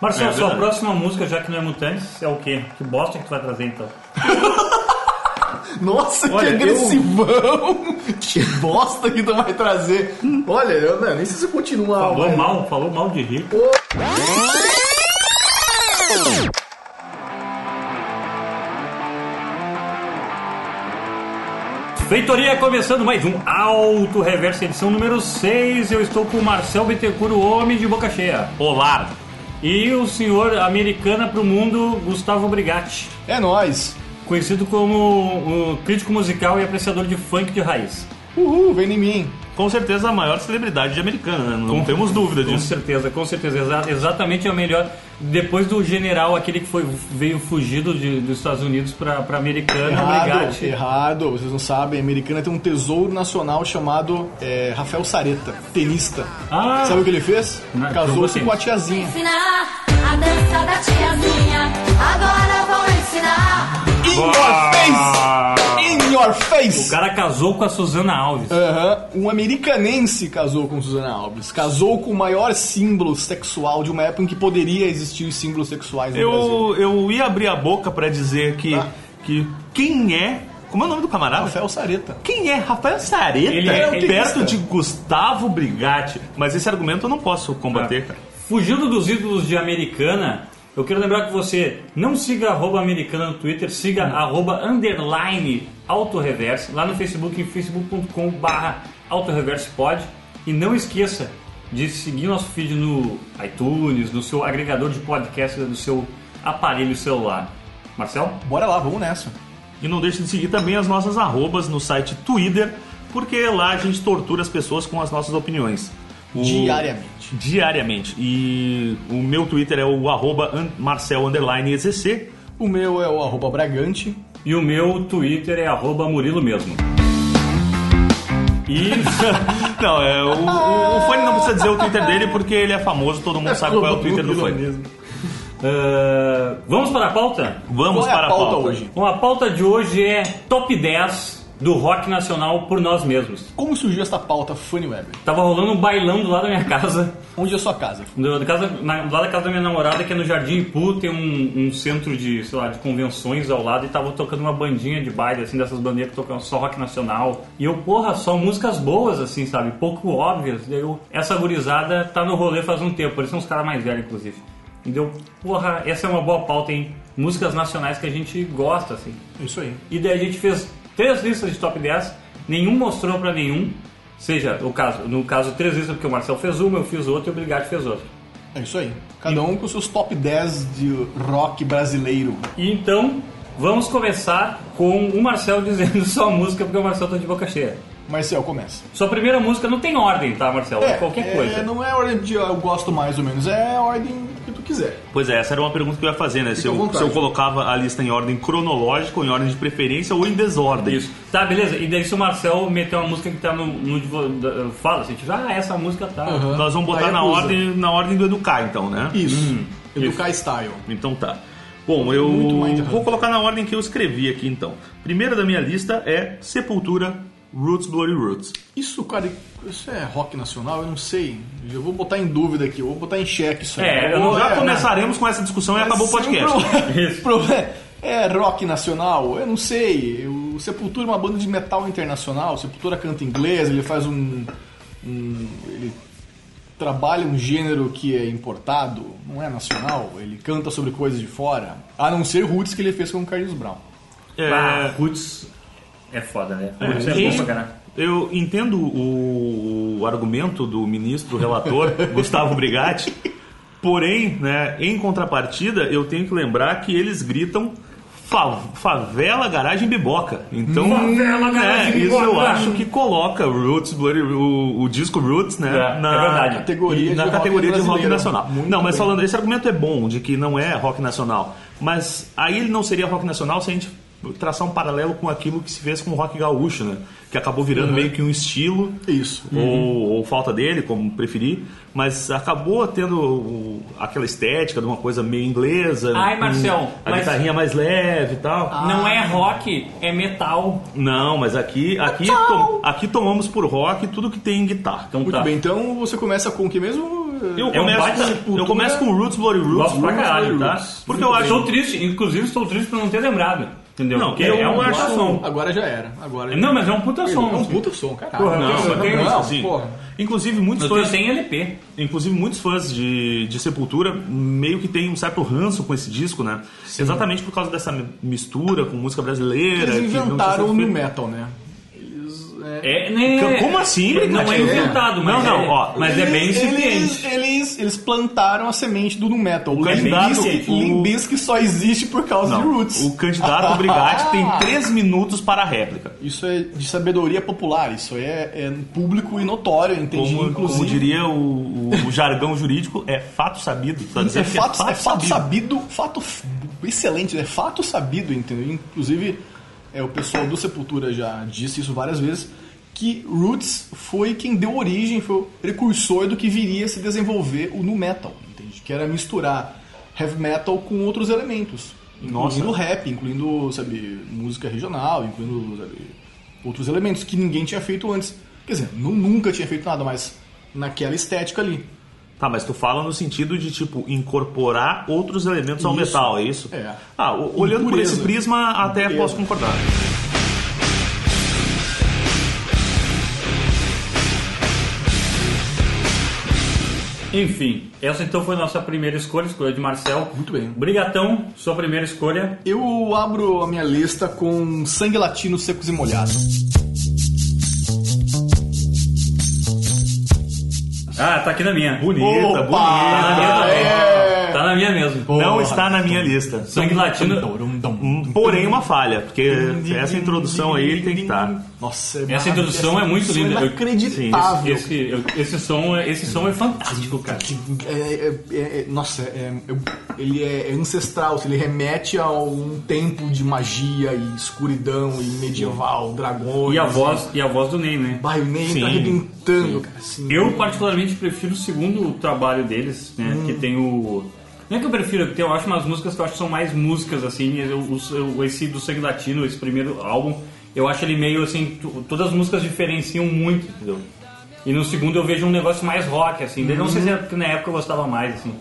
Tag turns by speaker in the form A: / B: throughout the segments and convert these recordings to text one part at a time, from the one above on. A: Marcelo,
B: É
A: sua
B: verdade.
A: próxima música, já que não é Mutantes, é o quê? Que bosta que tu vai trazer então?
C: Nossa,
A: Olha,
C: que
A: eu-
C: agressivão! Que bosta que tu vai trazer! Olha, eu não, nem sei se eu continuar.
A: Falou
C: mas-
A: mal, falou mal de rir. Feitoria começando mais um Alto Reverso, edição número 6. Eu estou com o Marcel Bittencourt, o homem de boca cheia.
B: Olá!
A: E o senhor americana pro mundo, Gustavo Brigatti.
C: É nóis!
A: Conhecido como o crítico musical e apreciador de funk de raiz.
C: Uhul, vem em mim!
B: Com certeza a maior celebridade de americana, né? Não temos dúvida
A: Com
B: disso.
A: certeza, com certeza. Exa- exatamente a melhor. Depois do general, aquele que foi, veio fugido de- dos Estados Unidos pra, pra americana,
C: Errado,
A: Brigatti.
C: errado, vocês não sabem, a americana tem um tesouro nacional chamado é, Rafael Sareta, tenista.
A: Ah.
C: Sabe o que ele fez?
A: Não, jogou
C: Casou-se
A: tênis.
C: com a tiazinha.
D: ensinar a dança da tiazinha. Agora vou ensinar.
C: In your face! In your
A: O
C: face!
A: cara casou com a Suzana Alves.
C: Aham, um americanense casou com Susana Alves. Casou com o maior símbolo sexual de uma época em que poderia existir os símbolos sexuais no Brasil.
B: Eu, eu ia abrir a boca pra dizer que,
C: Ah.
B: que quem é. Como é o nome do camarada?
C: Rafael Sareta.
B: Quem é Rafael Sareta?
A: Ele é- ele-
B: perto de Gustavo Brigatti. Mas esse argumento eu não posso
A: Ah.
B: combater, cara.
A: Fugindo dos ídolos de Americana, eu quero lembrar que você não siga arroba Americana no Twitter, siga arroba underline autoreverse lá no Facebook, em facebook.com barra autoreverse pode. E não esqueça de seguir nosso feed no iTunes, no seu agregador de podcast, no seu aparelho celular. Marcel?
C: Bora lá, vamos nessa.
B: E não deixe de seguir também as nossas arrobas no site Twitter, porque lá a gente tortura as pessoas com as nossas opiniões. O-
C: Diariamente.
B: Diariamente. E o meu Twitter é o arroba an- Marcel underline EZC.
C: O meu é o arroba Bragante.
A: E o meu Twitter é arroba Murilo mesmo.
B: E. não, é, o, o, o Fanny não precisa dizer o Twitter dele porque ele é famoso, todo mundo sabe qual é o Twitter do Fanny.
C: mesmo.
A: Ah, vamos para a pauta?
B: Vamos
C: Qual é a
B: para
C: pauta hoje?
A: Bom, a pauta de hoje é top 10 do rock nacional por nós mesmos.
C: Como surgiu esta pauta Funny Web?
A: Tava rolando um bailão do lado da minha casa,
C: Onde é a sua casa?
A: do, do casa- na- do lado da casa da minha namorada, que é no Jardim Ipu, tem um, um centro de, sei lá, de convenções ao lado, e tava tocando uma bandinha de baile, assim, dessas bandeiras que tocam só rock nacional. E eu, porra, só músicas boas, assim, sabe? Pouco óbvias. Daí eu, essa gurizada tá no rolê faz um tempo, eles são uns caras mais velhos, inclusive. E deu, porra, essa é uma boa pauta, hein? Músicas nacionais que a gente gosta, assim.
C: Isso aí.
A: E daí a gente fez três listas de top 10, nenhum mostrou pra nenhum. Seja, o caso, no caso, três listas, porque o Marcel fez uma, eu fiz outra e o Brigatti fez outra.
C: É isso aí. Cada um com seus top 10 de rock brasileiro.
A: E então, vamos começar com o Marcel dizendo sua música, porque o Marcel tá de boca cheia.
C: Marcel, começa.
A: Sua primeira música não tem ordem, tá, Marcel? É, qualquer coisa.
C: não é ordem de eu gosto mais ou menos, é a ordem que tu quiser.
B: Pois é, essa era uma pergunta que eu ia fazer, né? Se
C: Fica à
B: eu,
C: vontade.
B: se eu colocava a lista em ordem cronológica, ou em ordem de preferência, ou em desordem.
A: Isso. Tá, beleza. E daí se o Marcel meter uma música que tá no. no de vo- da- fala assim, tipo, ah, essa música tá.
C: Aham.
B: Nós vamos botar
C: Aí
B: na
C: acusa.
B: ordem, na ordem do educar, então, né?
C: Isso. Hum, Educar Style.
B: Então tá. Bom, eu
C: Muito mais errado.
B: vou colocar na ordem que eu escrevi aqui então. Primeira da minha lista é Sepultura, Roots, Bloody Roots.
C: Isso, cara, isso é rock nacional? Eu não sei. Eu vou botar em dúvida aqui, eu vou botar em xeque isso aí.
A: É, eu
C: Ou
A: não-
B: Já
A: né?
B: começaremos com essa discussão e acabou o
C: é
B: podcast.
A: Isso.
C: Pro- É rock nacional? Eu não sei. O Sepultura é uma banda de metal internacional. O Sepultura canta inglês, ele faz um, um- Ele trabalha um gênero que é importado, não é nacional. Ele canta sobre coisas de fora. A não ser Roots que ele fez com o Carlos Brown. um-
A: Ah,
B: É,
A: Roots é foda, né? Roots é,
B: e
A: bom pra caralho.
B: eu entendo o, o argumento do ministro relator Gustavo Brigatti, porém, né, em contrapartida, eu tenho que lembrar que eles gritam fa- favela, garagem, biboca. Então,
A: Favela,
B: né,
A: garagem,
B: isso
A: biboca.
B: eu acho que coloca Roots, Bloody, o, o disco Roots, né,
A: É, é
B: na
A: verdade.
C: Categoria de
B: na
C: rock
B: categoria de rock
C: brasileiro.
B: nacional.
C: Muito
B: não, mas
C: bem.
B: falando, esse argumento é bom de que não é rock nacional, mas aí ele não seria rock nacional se a gente traçar um paralelo com aquilo que se fez com o rock gaúcho, né? Que acabou virando
A: Uhum.
B: meio que um estilo
C: Isso.
B: ou, ou falta dele, como preferir, mas acabou tendo o- aquela estética de uma coisa meio inglesa,
A: Ai,
B: com
A: Marcel,
B: a
A: mas-
B: guitarrinha mais leve e tal.
A: Não é rock, é metal.
B: Não, mas aqui aqui, tom- aqui tomamos por rock tudo que tem guitarra.
A: Então
C: Muito
A: tá.
C: bem, então você começa com o que mesmo?
B: Eu
A: É um
B: começo,
A: baita
B: com,
A: sepultura.
B: eu começo com Roots, Bloody Roots.
A: Gosto pra
B: Roots,
A: caralho,
B: Bloody
A: tá?
B: Roots. Porque eu acho...
A: Estou triste, inclusive estou triste por não ter lembrado. Entendeu?
B: Não,
A: Porque
B: eu
A: é um
B: acho-
A: baita som.
C: Agora já era. Agora
A: Não, mas é um puta som.
C: É um
A: assim.
C: puta som, caralho.
A: Porra,
B: Não, mas tem
C: não,
B: assim,
C: porra.
B: Inclusive, muitos
A: Eu tenho
B: fãs...
A: sem LP.
B: Inclusive, muitos fãs de, de Sepultura meio que tem um certo ranço com esse disco, né? Exatamente por causa dessa mi- mistura com música brasileira.
C: Eles
B: que não tinha
C: inventaram o
B: sido
C: new
B: feito.
C: metal, né? Eles, é,
A: É, né?
B: Como assim,
A: Não é
B: Brigatti?
A: inventado, mas,
B: Não, não,
A: é,
B: ó,
A: mas é bem
C: eles,
A: incipiente.
C: eles, eles, eles plantaram a semente do nu metal. O
B: candidato- É o-
C: Limbisque só existe por causa de
B: Não,
C: Roots. Ah!
B: o candidato Brigatti tem três minutos para a réplica.
C: Isso é de sabedoria popular, isso é, é público e notório, entendi.
B: Como,
C: inclusive.
B: como diria o, o- o jargão jurídico, é fato sabido. Tá
C: É
B: dizendo que
C: fato, é fato sabido. fato f- excelente, é fato sabido, entendeu? Inclusive, é, o pessoal do Sepultura já disse isso várias vezes, que Roots foi quem deu origem, foi o precursor do que viria a se desenvolver o nu metal, entende? Que era misturar heavy metal com outros elementos,
B: Nossa.
C: incluindo rap, incluindo, sabe, música regional, incluindo, sabe, outros elementos que ninguém tinha feito antes. Quer dizer, nu- nunca tinha feito nada, mas naquela estética ali.
B: Tá, mas tu fala no sentido de, tipo, incorporar outros elementos ao
C: Isso.
B: metal, é isso?
C: É.
B: Ah, o- olhando por
C: Impureza.
B: esse prisma, até
C: Impureza.
B: posso concordar.
A: Enfim, essa então foi nossa primeira escolha, escolha de Marcel.
C: Muito bem.
A: Brigatão, sua primeira escolha.
C: Eu abro a minha lista com Sangue Latino Secos e Molhados.
A: Ah, tá aqui na minha.
B: Bonita,
C: Opa!
A: Tá na minha
B: bonita.
A: também.
C: é.
A: Tá na minha mesmo.
B: Não está na minha lista.
A: Sangue latino.
C: Latino.
B: Hum, Porém, uma falha, porque essa introdução aí tem que tá. estar.
C: Nossa,
A: Essa introdução é muito linda.
C: É inacreditável.
A: Esse, eu- esse som, é- esse som é fantástico, cara.
C: É, é, é, é, nossa, é, é- ele é ancestral, ele remete a um tempo de magia e escuridão e medieval, dragões.
A: E a voz, e a voz do Ney, né?
C: Bah, o Ney tá arrebentando, cara. assim.
A: Eu particularmente prefiro o segundo trabalho deles, né? Que tem o. Não é que eu prefiro, porque eu acho umas músicas que eu acho que são mais músicas, assim, eu, o- o- esse do Sangue Latino, esse primeiro álbum, eu acho ele meio assim, tu- todas as músicas diferenciam muito, entendeu? E no segundo eu vejo um negócio mais rock, assim, daí não sei se é porque na época eu gostava mais, assim.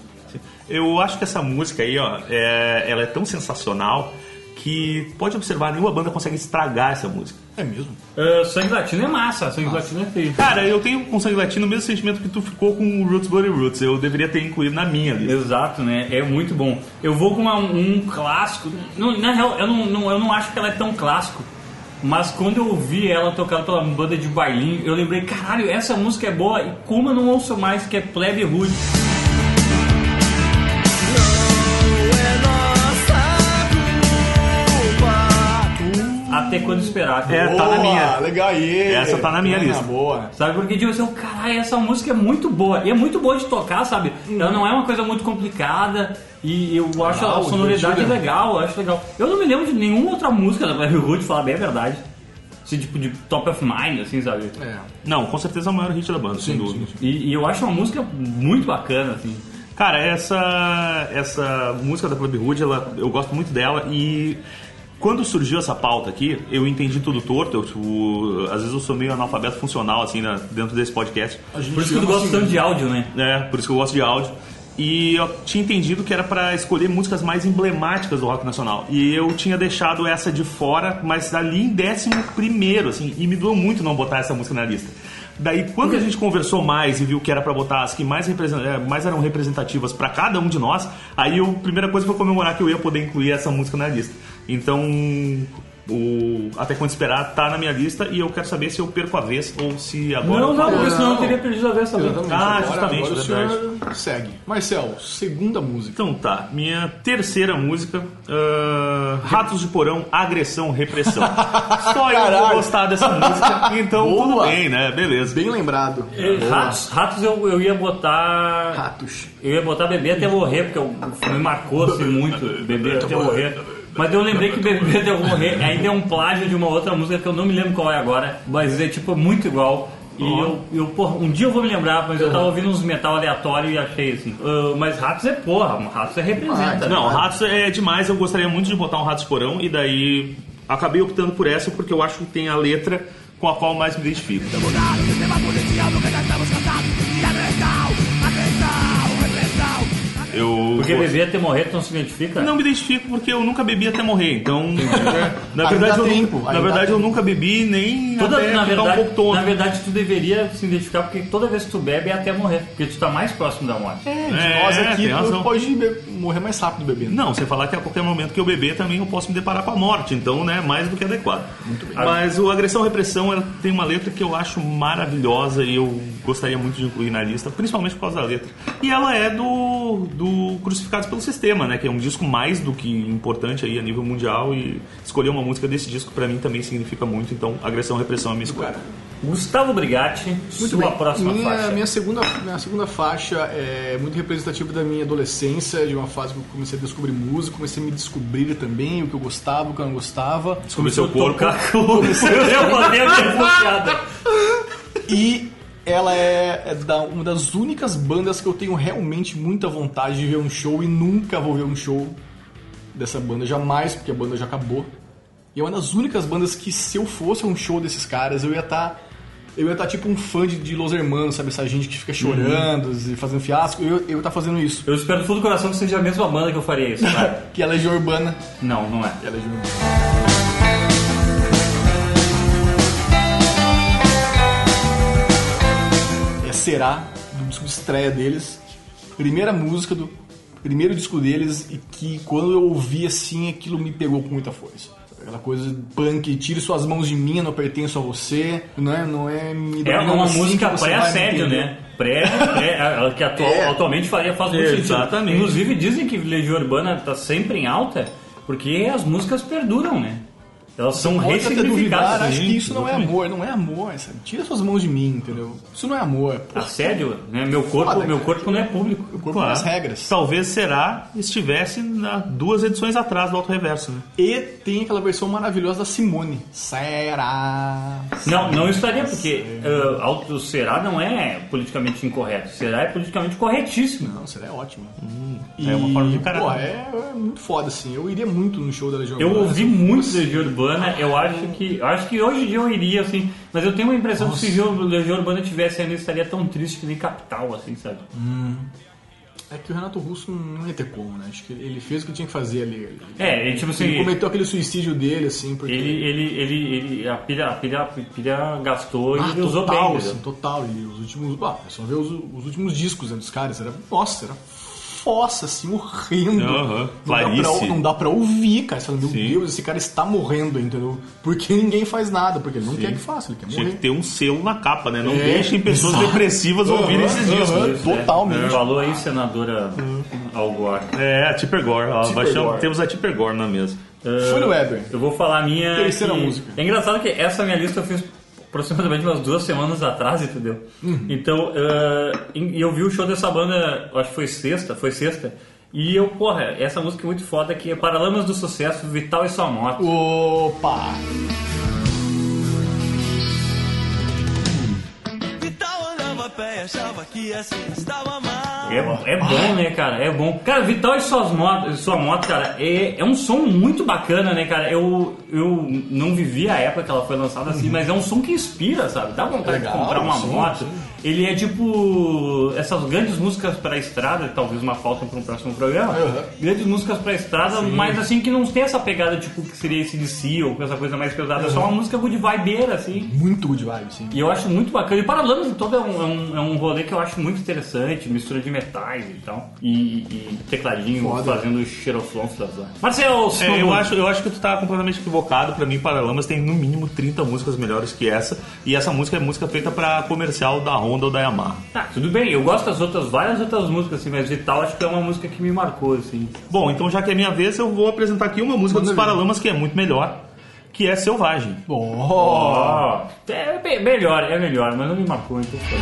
B: Eu acho que essa música aí, ó, é- ela é tão sensacional que pode observar, nenhuma banda consegue estragar essa música.
C: É mesmo?
A: Ah, Sangue Latino é massa, Sangue Latino é feio.
B: Cara, eu tenho com sangue latino o mesmo sentimento que tu ficou com o Roots Bloody Roots. Eu deveria ter incluído na minha lista.
A: Exato, né? É muito bom. Eu vou com uma- um clássico. Não, na real, eu não, não- eu não acho que ela é tão clássico. Mas quando eu ouvi ela tocada pela banda de bailinho, eu lembrei, caralho, essa música é boa e como eu não ouço mais, que é Plebe Rude. Até quando esperar.
B: É, tá na minha.
C: Legal aí.
B: Essa tá na minha
C: Tá
B: lista.
C: Boa.
A: Sabe? Porque tipo assim, eu, caralho, essa música é muito boa. E é muito boa de tocar, sabe? Ela não é uma coisa muito complicada. E eu acho a
C: Legal,
A: sonoridade
C: divertida.
A: legal, eu acho legal. Eu não me lembro de nenhuma outra música da Black Hood, falar bem a verdade. Assim, tipo, de top of mind, assim, sabe?
C: É.
B: Não, com certeza é o maior hit da banda, sem
C: Sim,
B: dúvida.
C: sim,
A: E, e eu acho uma música muito bacana, assim.
B: Cara, essa, essa música da Club Hood, ela, eu gosto muito dela e quando surgiu essa pauta aqui, eu entendi tudo torto. Eu, tipo, às vezes eu sou meio analfabeto funcional, assim, na- dentro desse podcast.
C: A gente
A: Por isso que eu
C: ama
A: gosto
C: assim
A: tanto de áudio, né?
B: É, por isso que eu gosto de áudio. E eu tinha entendido que era pra escolher músicas mais emblemáticas do rock nacional. E eu tinha deixado essa de fora, mas ali em décimo primeiro, assim, e me doeu muito não botar essa música na lista. Daí, quando a gente conversou mais e viu que era pra botar as que mais, represen- eh, mais eram representativas pra cada um de nós, aí eu- a primeira coisa foi comemorar que eu ia poder incluir essa música na lista. Então, o Até Quando Esperar tá na minha lista e eu quero saber se eu perco a vez ou se agora.
A: Não,
B: eu
A: não,
B: falo.
A: porque senão eu
C: Não.
A: teria perdido a vez também.
C: Exatamente.
B: Ah,
C: Agora-
B: justamente,
C: agora o senhor segue. Marcel, segunda música.
B: Então tá, minha terceira música, ah, Ratos de Porão, Agressão, Repressão. Só eu vou
C: Caralho.
B: gostar dessa música, então tudo
C: Boa.
B: bem, né? Beleza.
C: Bem lembrado.
A: Eh,
B: É,
A: Ratos, ratos eu, eu ia botar.
C: Ratos.
A: Eu ia botar bebê até morrer, porque eu- me marcou assim muito, bebê até morrer. Mas eu lembrei que bebê até morrer ainda é um plágio de uma outra música que eu não me lembro qual é agora, mas é tipo muito igual. E eu, eu, porra, um dia eu vou me lembrar, mas eu tava ouvindo uns metal aleatório e achei assim. ah, mas Ratos é porra, Ratos é representa.
B: Não, Ratos é demais, eu gostaria muito de botar um Ratos de Porão e daí acabei optando por essa porque eu acho que tem a letra com a qual eu mais me identifico. tá
E: Tribunal, sistema policial do que já estamos cansados de agressão, agressão.
B: Eu
A: Porque
B: vou-
A: beber até morrer, tu não se identifica?
B: Não me identifico porque eu nunca bebi até morrer. Então, na
C: Ainda
B: verdade, eu,
C: dá
B: nu-
C: tempo,
B: na
C: ainda
B: verdade
C: dá
B: eu nunca bebi nem
A: Toda,
B: até
A: na,
B: ficar um
A: verdade,
B: pouco tonto.
A: na verdade, tu deveria se identificar porque toda vez que tu bebe é até morrer, porque tu tá mais próximo da morte.
C: É, de
B: É,
C: nós
B: tem
C: aqui
B: razão.
C: tu pode be- morrer mais rápido bebendo.
B: Não, você falar que a qualquer momento que eu beber também eu posso me deparar com a morte, então, né, mais do que adequado. Mas o Agressão Repressão ela tem uma letra que eu acho maravilhosa e eu gostaria muito de incluir na lista, principalmente por causa da letra. E ela é do, do Crucificados pelo Sistema, né, que é um disco mais do que importante aí a nível mundial e escolher uma música desse disco pra mim também significa muito, então Agressão Repressão é a minha escolha.
A: Gustavo Brigatti, sua próxima
C: minha,
A: faixa.
C: Minha segunda, minha segunda faixa é muito representativa da minha adolescência, de uma fase que eu comecei a descobrir música, comecei a me descobrir também, o que eu gostava, o que eu não gostava.
B: Descobri seu corpo.
A: Eu mandei a minha piada.
C: E ela é, é da- uma das únicas bandas que eu tenho realmente muita vontade de ver um show e nunca vou ver um show dessa banda, jamais, porque a banda já acabou. E é uma das únicas bandas que se eu fosse a um show desses caras, eu ia estar. eu ia estar tipo um fã de, de Los Hermanos, sabe? Essa gente que fica chorando e fazendo fiasco. Eu eu ia estar fazendo isso.
A: Eu espero do fundo do coração que seja a mesma banda que eu faria isso, tá?
C: Que é a Legião Urbana.
A: Não, não é.
C: É a Legião Urbana. é Será, do disco de estreia deles. Primeira música do primeiro disco deles e que quando eu ouvi assim, aquilo me pegou com muita força. Aquela coisa de punk, tire suas mãos de mim, eu não pertenço a você, não é, não é me
A: É
C: dar
A: uma
C: assim
A: música
C: que você vai me
A: pré-assédio,
C: entender.
A: né? Pré, pré a- a que atual,
C: É.
A: atualmente faria faz muito sentido.
B: Exatamente.
A: Inclusive dizem que Legião Urbana tá sempre em alta porque as músicas perduram, né? Elas são
C: Pode até duvidar,
A: ressignificadas.
C: acho que
A: Sim.
C: isso não é amor, não é amor, sabe? Tira suas mãos de mim, entendeu? Isso não é amor, pô,
A: Assédio, né? Meu corpo,
C: Foda,
A: meu
C: cara.
A: corpo não é público.
C: o corpo tem as regras.
B: Talvez será estivesse na duas edições atrás do Auto Reverso, né?
C: E tem aquela versão maravilhosa da Simone. Será?
A: Não, não estaria, porque ah, auto será não é politicamente incorreto. Será é politicamente corretíssimo.
C: Não, será é ótimo.
B: é uma forma de caralho.
C: Pô, é, é muito foda, assim. Eu iria muito no show da Legião
A: Eu
C: Urbana.
A: ouvi muito Legião Urbana, eu acho que. eu acho que hoje em dia eu iria, assim, mas eu tenho uma impressão que se o Legião Urbana tivesse ainda, eu estaria tão triste que nem capital, assim, sabe?
C: É que o Renato Russo não ia ter como, né? Acho que ele fez o que tinha que fazer ali. Ele,
A: É, e, tipo assim.
C: ele cometeu aquele suicídio dele, assim, porque...
A: Ele, ele, ele, ele, a pilha, a pilha, a pilha gastou
C: Ah,
A: e ele usou
C: total,
A: bem. né?
C: assim,
B: né?
A: entendeu?
C: total. E os últimos... Ah, é só ver os, os últimos discos né, dos caras. Era... Nossa, era fossa, assim, horrendo.
B: Aham,
C: Não, dá
B: Clarice.
C: pra, não dá pra ouvir, cara. Você fala, meu
B: Sim.
C: Deus, esse cara está morrendo, entendeu? Porque ninguém faz nada. Porque ele não quer que faça, ele quer
B: Tinha que
C: morrer.
B: ter um selo na capa, né? Não
C: É,
B: deixem pessoas
C: exato.
B: depressivas ouvirem
C: Aham,
B: esses
C: aham.
B: discos.
A: Isso, né?
C: totalmente.
A: Falou aí, senadora
C: Uhum.
A: Algor.
B: É, a Tipper Gore. ó,
C: Tipper
B: vai chamar-
C: Gore.
B: Temos a Tipper Gore na mesa.
C: Foi no Weber.
A: Ah, Eu vou falar a minha.
C: Terceira
A: que-
C: música.
A: É engraçado que essa minha lista eu fiz aproximadamente umas duas semanas atrás, entendeu?
C: Uhum.
A: Então, ah, e eu vi o show dessa banda, acho que foi sexta, foi sexta. E eu, porra, essa música é muito foda que é Paralamas do Sucesso, Vital e Sua Moto.
C: Opa!
E: Vital olhava a pé e achava que assim estava mal.
A: É, é
C: Ah.
A: bom, né, cara? É bom. Cara, Vital e suas motos, sua moto, cara, é, é um som muito bacana, né, cara? Eu, eu não vivi a época que ela foi lançada assim, mas é um som que inspira, sabe? Dá vontade
C: Uhum. Legal,
A: de comprar uma
C: sim,
A: moto. Ele é tipo essas grandes músicas pra estrada, talvez uma falta para um próximo programa.
C: Uhum.
A: Grandes músicas pra estrada, mas assim que não tem essa pegada tipo que seria esse de si ou com essa coisa mais pesada. É só uma música good vibeira, assim.
C: Muito good vibe, sim.
A: E eu acho muito bacana. E Paralamas em todo é um, é, um, é um rolê que eu acho muito interessante, mistura de metais e tal. E, e tecladinho
C: Foda.
A: fazendo xeroflons das lá. Marcel,
B: É,
A: seu-
B: eu, acho, eu acho que tu tá completamente equivocado. Pra mim, Paralamas tem no mínimo 30 músicas melhores que essa. E essa música é música feita pra comercial da Honda ou da Yamaha.
A: Tá, tudo bem, eu gosto das outras, várias outras músicas, assim, mas Vital acho que é uma música que me marcou, assim.
B: Bom, então já que é minha vez, eu vou apresentar aqui uma música dos Paralamas que é muito melhor, que é Selvagem.
C: Ó,
A: Ó, é me- melhor, é melhor, mas não me marcou, então foi.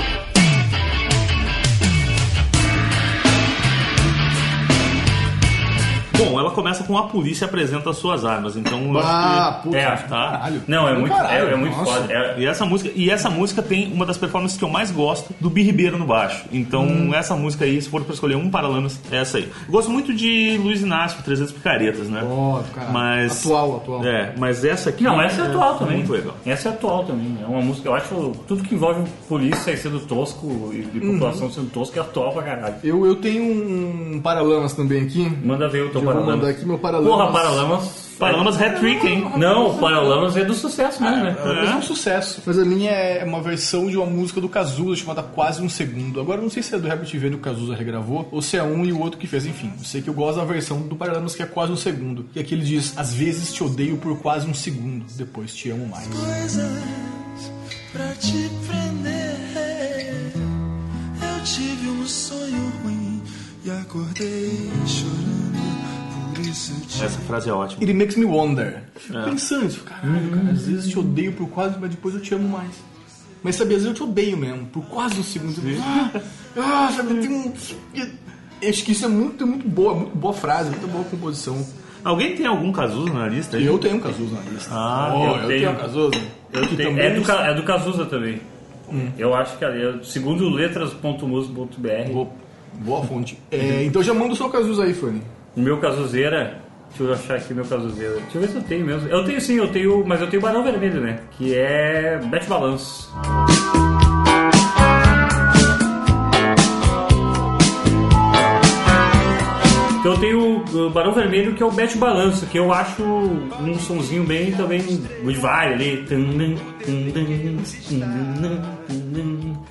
B: Bom, ela começa com a polícia apresenta as suas armas. Então eu acho
C: Ah,
B: que.
C: puta,
A: É,
C: acho
B: tá.
C: caralho.
A: Não, é muito,
C: Caralho,
A: é, é muito
C: nossa.
A: foda. É-
B: E essa música, e essa música tem uma das performances que eu mais gosto do Bi Ribeiro no baixo. Então,
C: Hum.
B: essa música aí, se for pra escolher um Paralamas, é essa aí. Eu gosto muito de Luiz Inácio, 300 Picaretas, né?
C: Ó, cara,
B: mas
C: atual, atual.
B: É, mas essa aqui
A: Não, essa é atual também.
B: Muito legal.
A: Essa é atual também. É uma música, eu acho tudo que envolve polícia e sendo tosco e, e população sendo tosca é atual pra caralho.
C: Eu, eu tenho um paralamas também aqui.
A: Manda ver o teu
C: Eu vou
A: Um Paralamas.
C: mandar aqui meu Paralamas.
A: Porra, Paralamas.
B: Paralamas hat-trick, hein?
A: Não, o Paralamas é do sucesso mesmo, né?
C: Mas é um sucesso. Mas a minha é uma versão de uma música do Cazuza chamada Quase Um Segundo. Agora eu não sei se é do Herbert Viana que o Cazuza regravou, ou se é um e o outro que fez, enfim. Eu sei que eu gosto da versão do Paralamas que é Quase Um Segundo. E aqui ele diz, às vezes te odeio por quase um segundo, depois te amo mais.
E: coisas pra te prender. Eu tive um sonho ruim e acordei chorando. Por isso eu te
B: Essa frase é ótima.
C: It makes me wonder.
A: É.
C: Eu Fico pensando, isso, caralho, cara, às vezes te odeio por quase, mas depois eu te amo mais. Mas sabe, às vezes eu te odeio mesmo, por quase um segundo. Ah, ah, sabe, tem um. Eu Acho que isso é muito, muito boa, muito boa frase, muito boa composição.
B: Alguém tem algum Cazuza na lista aí?
C: Eu tenho um Cazuza na lista.
B: Ah,
C: Oh,
A: eu tenho.
C: eu tenho um Cazuza.
A: Eu
C: Que
A: tenho-
C: também
A: é, do,
C: não- Hum.
A: Ca- é do Cazuza também. Eu acho que ali é segundo letras.mus.br.
C: um Boa, boa fonte. É, então já manda o seu Cazuza aí, Fanny.
A: O Meu Cazuzeira. Deixa eu achar aqui meu Cazuzeira. Deixa eu ver se eu tenho mesmo. Eu tenho sim, eu tenho. Mas eu tenho o Barão Vermelho, né? Que é Bet Balance. Então eu tenho o Barão Vermelho, que é o Bet Balanço, que eu acho um sonzinho bem também good vibe ali.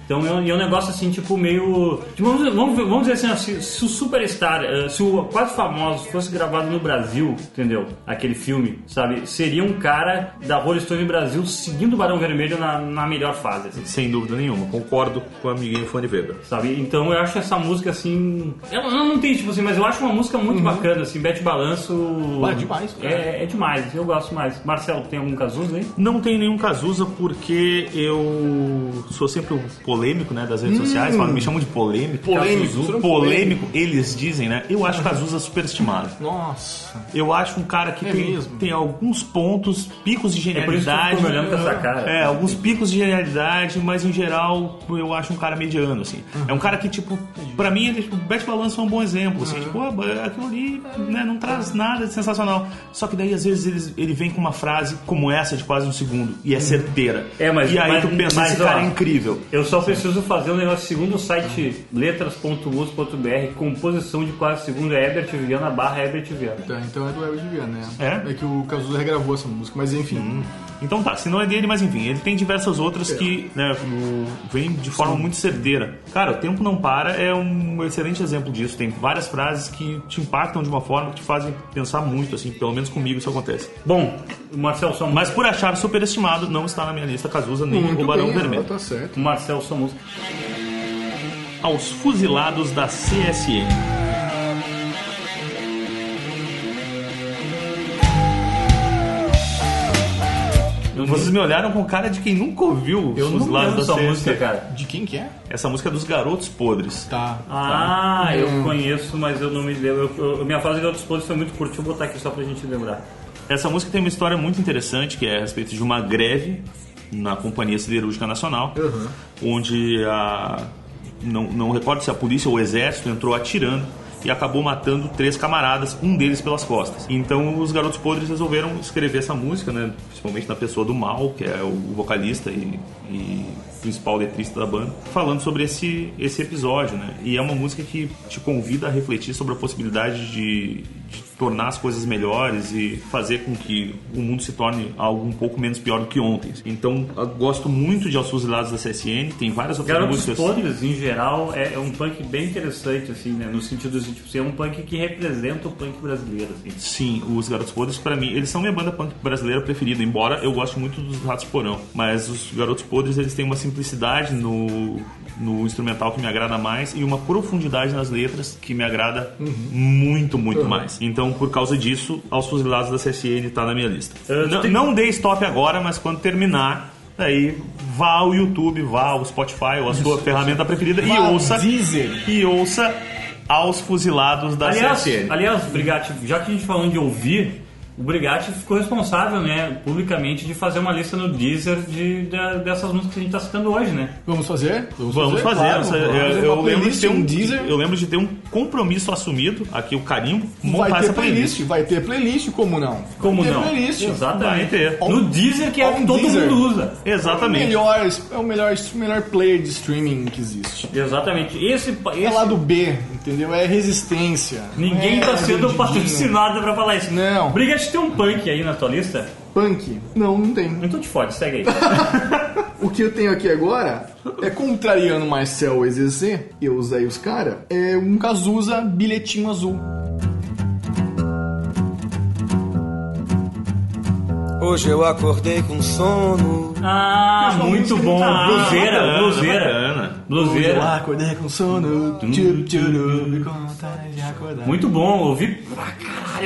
A: Então é um, é um negócio assim, tipo, meio. Vamos, vamos, vamos dizer assim, ó, se, se o Superstar, eh, se o Quase Famoso fosse gravado no Brasil, entendeu? Aquele filme, sabe? Seria um cara da Rolling Stone Brasil seguindo o Barão Vermelho na, na melhor fase, assim
B: Sem dúvida nenhuma, concordo com o amiguinho Fanny Weber.
A: sabe? Então eu acho essa música assim. Ela ela não tem, tipo assim, mas eu acho uma música muito bacana, assim, Bete Balanço.
C: Ah, é demais, cara.
A: É, é demais, eu gosto mais. Marcelo, tem algum Cazuza aí?
B: Não tem nenhum Cazuza porque eu sou sempre o polêmico, né, das redes sociais, falam, me chamam de polêmico.
C: Hum. Polêmico,
B: Cazuza,
C: você não é
B: polêmico, eles dizem, né? Eu acho Cazuza superestimado.
C: Nossa.
B: Eu acho um cara que
C: É
B: tem,
C: mesmo.
B: tem alguns pontos, picos de
A: É por isso que eu
B: genialidade.
A: fico me olhando com essa cara.
B: É, alguns picos de genialidade, mas em geral eu acho um cara mediano, assim. É um cara que, tipo, pra mim, ele, tipo, o Best Balance é um bom exemplo,
A: Uhum.
B: assim, tipo, ah, ba- aquilo ali né, não traz nada de sensacional. Só que daí, às vezes, eles- ele, vem com uma frase como essa de quase um segundo, e é certeira.
A: É, mas-
B: e aí
A: mas-
B: tu pensa,
A: mas,
B: esse cara
A: ó,
B: é incrível.
A: Eu só preciso fazer um negócio segundo o site letras.mus.br, composição de quase segundo é Herbert Viana barra Herbert Viana.
C: Tá, então é do Elvis Viana, né?
B: É?
C: É que o Cazuza regravou essa música, mas enfim.
A: Hum.
B: Então tá, se não é dele, mas enfim, ele tem diversas outras que
C: É.
B: né, o- vem de forma muito certeira. Cara, o tempo não para é um excelente exemplo disso. Tem várias frases que te impactam de uma forma que te fazem pensar muito, assim, pelo menos comigo isso acontece.
A: Bom, Marcelo, sua
B: Mas por achar superestimado, não está na minha lista Cazuza nem
C: um Muito
B: o Barão
C: bem,
B: Vermelho.
C: ela Tá certo.
A: Marcelo, sua
C: um
A: música.
B: Aos fuzilados da CSN. Vocês me olharam com cara de quem nunca ouviu os
A: Eu não
B: fuzilados
A: lembro
B: da
A: essa
B: CSN.
A: música, cara.
C: De quem que é?
B: Essa música é dos Garotos Podres.
C: Tá.
A: Ah, eu conheço, mas eu não me lembro. Eu, eu, minha fase de outros pontos foi muito curta, deixa eu botar aqui só pra gente lembrar.
B: Essa música tem uma história muito interessante que é a respeito de uma greve na Companhia Siderúrgica Nacional, onde a não, não recordo se a polícia ou o exército entrou atirando e acabou matando três camaradas, um deles pelas costas. Então os Garotos Podres resolveram escrever essa música, né? principalmente na pessoa do Mal, que é o vocalista e, e principal letrista da banda, falando sobre esse, esse episódio. Né? E é uma música que te convida a refletir sobre a possibilidade de, de tornar as coisas melhores e fazer com que o mundo se torne algo um pouco menos pior do que ontem. Então, eu gosto muito de Aos Fuzilados da CSN, tem várias outras
A: Garotos
B: músicas.
A: Podres, em geral, é, é um punk bem interessante, assim, né? No sentido de, tipo, ser um punk que representa o punk brasileiro, assim.
B: Sim, os Garotos Podres, pra mim, eles são minha banda punk brasileira preferida, embora eu goste muito dos Ratos de Porão. Mas os Garotos Podres, eles têm uma simplicidade no, no instrumental que me agrada mais e uma profundidade nas letras que me agrada muito, muito mais. Então, por causa disso, Aos Fuzilados da CSN tá na minha lista.
A: Eh, tu
B: Não,
A: tem-
B: não dê stop agora, mas quando terminar, aí vá ao YouTube, vá ao Spotify ou a sua ferramenta preferida e
C: Vá ao
B: ouça...
C: Deezer.
B: E ouça... aos fuzilados da
A: Aliás,
B: CSN.
A: aliás, Brigatti, já que a gente falando de ouvir, o Brigatti ficou responsável, né, publicamente, de fazer uma lista no Deezer de, de- dessas músicas que a gente tá citando hoje, né?
C: Vamos fazer?
B: Vamos fazer.
C: claro,
B: essa-
C: vamos fazer
B: eu,
C: uma
B: eu lembro de
C: playlist,
B: ter um,
C: Deezer.
B: eu lembro de ter um compromisso assumido, aqui o carimbo, montar
C: Vai
B: essa
C: ter playlist, vai ter playlist, como não?
A: Como
C: vai ter
A: não?
C: Playlist.
B: Vai
A: Exatamente.
B: ter.
A: No Deezer, que é a que
C: On
A: todo
C: Deezer.
A: mundo usa.
C: É o
B: Exatamente.
C: melhor, é o melhor, o melhor player de streaming que existe.
A: Exatamente. Esse,
C: É
A: esse
C: lado B, entendeu? É resistência.
A: ninguém
C: Não é
A: tá sendo
C: bandidinho.
A: patrocinado pra falar isso.
C: Não.
A: Brigatti, tem um punk aí na tua lista?
C: Punk? Não, não tem.
A: Então te fode, segue aí.
C: O que eu tenho aqui agora é contrariando Marcel EZC, eu usei os cara, é um Cazuza bilhetinho azul.
F: Hoje eu acordei com sono.
A: Ah,
C: Mas,
A: muito
C: mas,
A: bom.
C: tá.
A: Bluseira,
B: Bacana,
A: bluseira.
B: bacana.
C: Hoje eu
A: Bluseira.
C: acordei com sono, tchuru, tchuru, me contaram de acordar.
A: Muito bom, ouvi.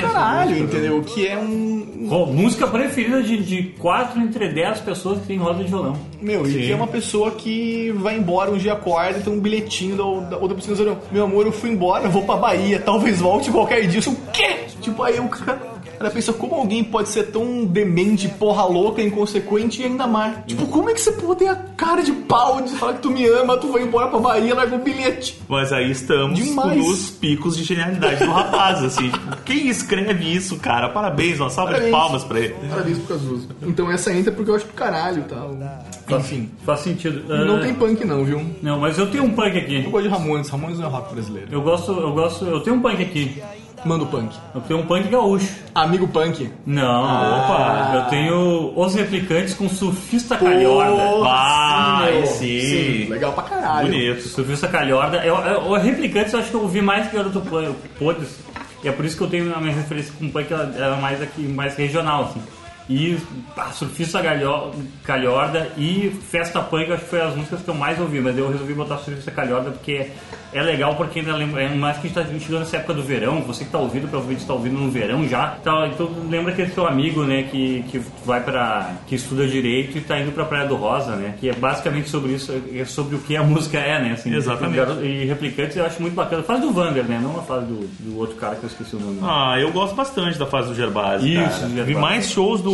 C: caralho, entendeu? O que é um.
A: Qual música preferida de, de 4 entre 10 pessoas que tem roda de violão.
C: Meu, e que é uma pessoa que vai embora um dia acorda e tem um bilhetinho da, da outra pessoa dizendo: Meu amor, eu fui embora, eu vou pra Bahia, talvez volte qualquer dia. Eu, o quê? Tipo, aí o cara. Ela pensa, como alguém pode ser tão demente, porra louca, inconsequente e ainda mais? Tipo, como é que você pode ter a cara de pau de falar que tu me ama, tu vai embora pra Bahia, larga um bilhete?
B: Mas aí estamos
C: Demais.
B: nos picos de genialidade do rapaz, assim. Tipo, Quem escreve isso, cara? Parabéns, uma salva de
C: Parabéns.
B: palmas pra ele.
C: Parabéns pro Cazuza. Então essa entra porque eu acho do caralho, tá? Enfim.
A: Faz sentido. Ah,
C: Não tem punk não, viu?
A: Não, mas eu tenho um punk aqui.
C: Eu gosto de Ramones, Ramones não é rock brasileiro.
A: Eu gosto, eu gosto, eu tenho um punk aqui.
C: Mando punk.
A: Eu tenho um punk gaúcho.
C: Amigo punk.
A: Não,
C: Ah.
A: opa, eu tenho os replicantes com surfista calhorda.
B: Ah,
C: meu.
B: sim.
C: Legal pra caralho.
B: Bonito.
A: Surfista calhorda. Eu, eu, o replicantes eu acho que eu ouvi mais que Garoto Pô- Podres. E é por isso que eu tenho a minha referência com punk, ela era mais aqui, mais regional, assim. E pá, surfista Galho- calhorda e festa punk eu acho que foi as músicas que eu mais ouvi, mas eu resolvi botar surfista calhorda porque é legal porque ainda lembra, é mais que a gente tá chegando nessa época do verão, você que tá ouvindo, provavelmente está ouvindo no verão já, tá, então lembra aquele seu amigo, né, que, que vai para que estuda direito e tá indo pra Praia do Rosa, né, que é basicamente sobre isso, é sobre o que a música é, né, assim,
B: Exatamente.
A: Garo- E replicantes eu acho muito bacana. Faz do Vander, né? Não a fase do, do outro cara que eu esqueci o nome.
B: Ah, eu gosto bastante da fase do Gerbasi.
A: Isso,
B: cara.
A: do Gerbasi.
B: Vi mais shows do.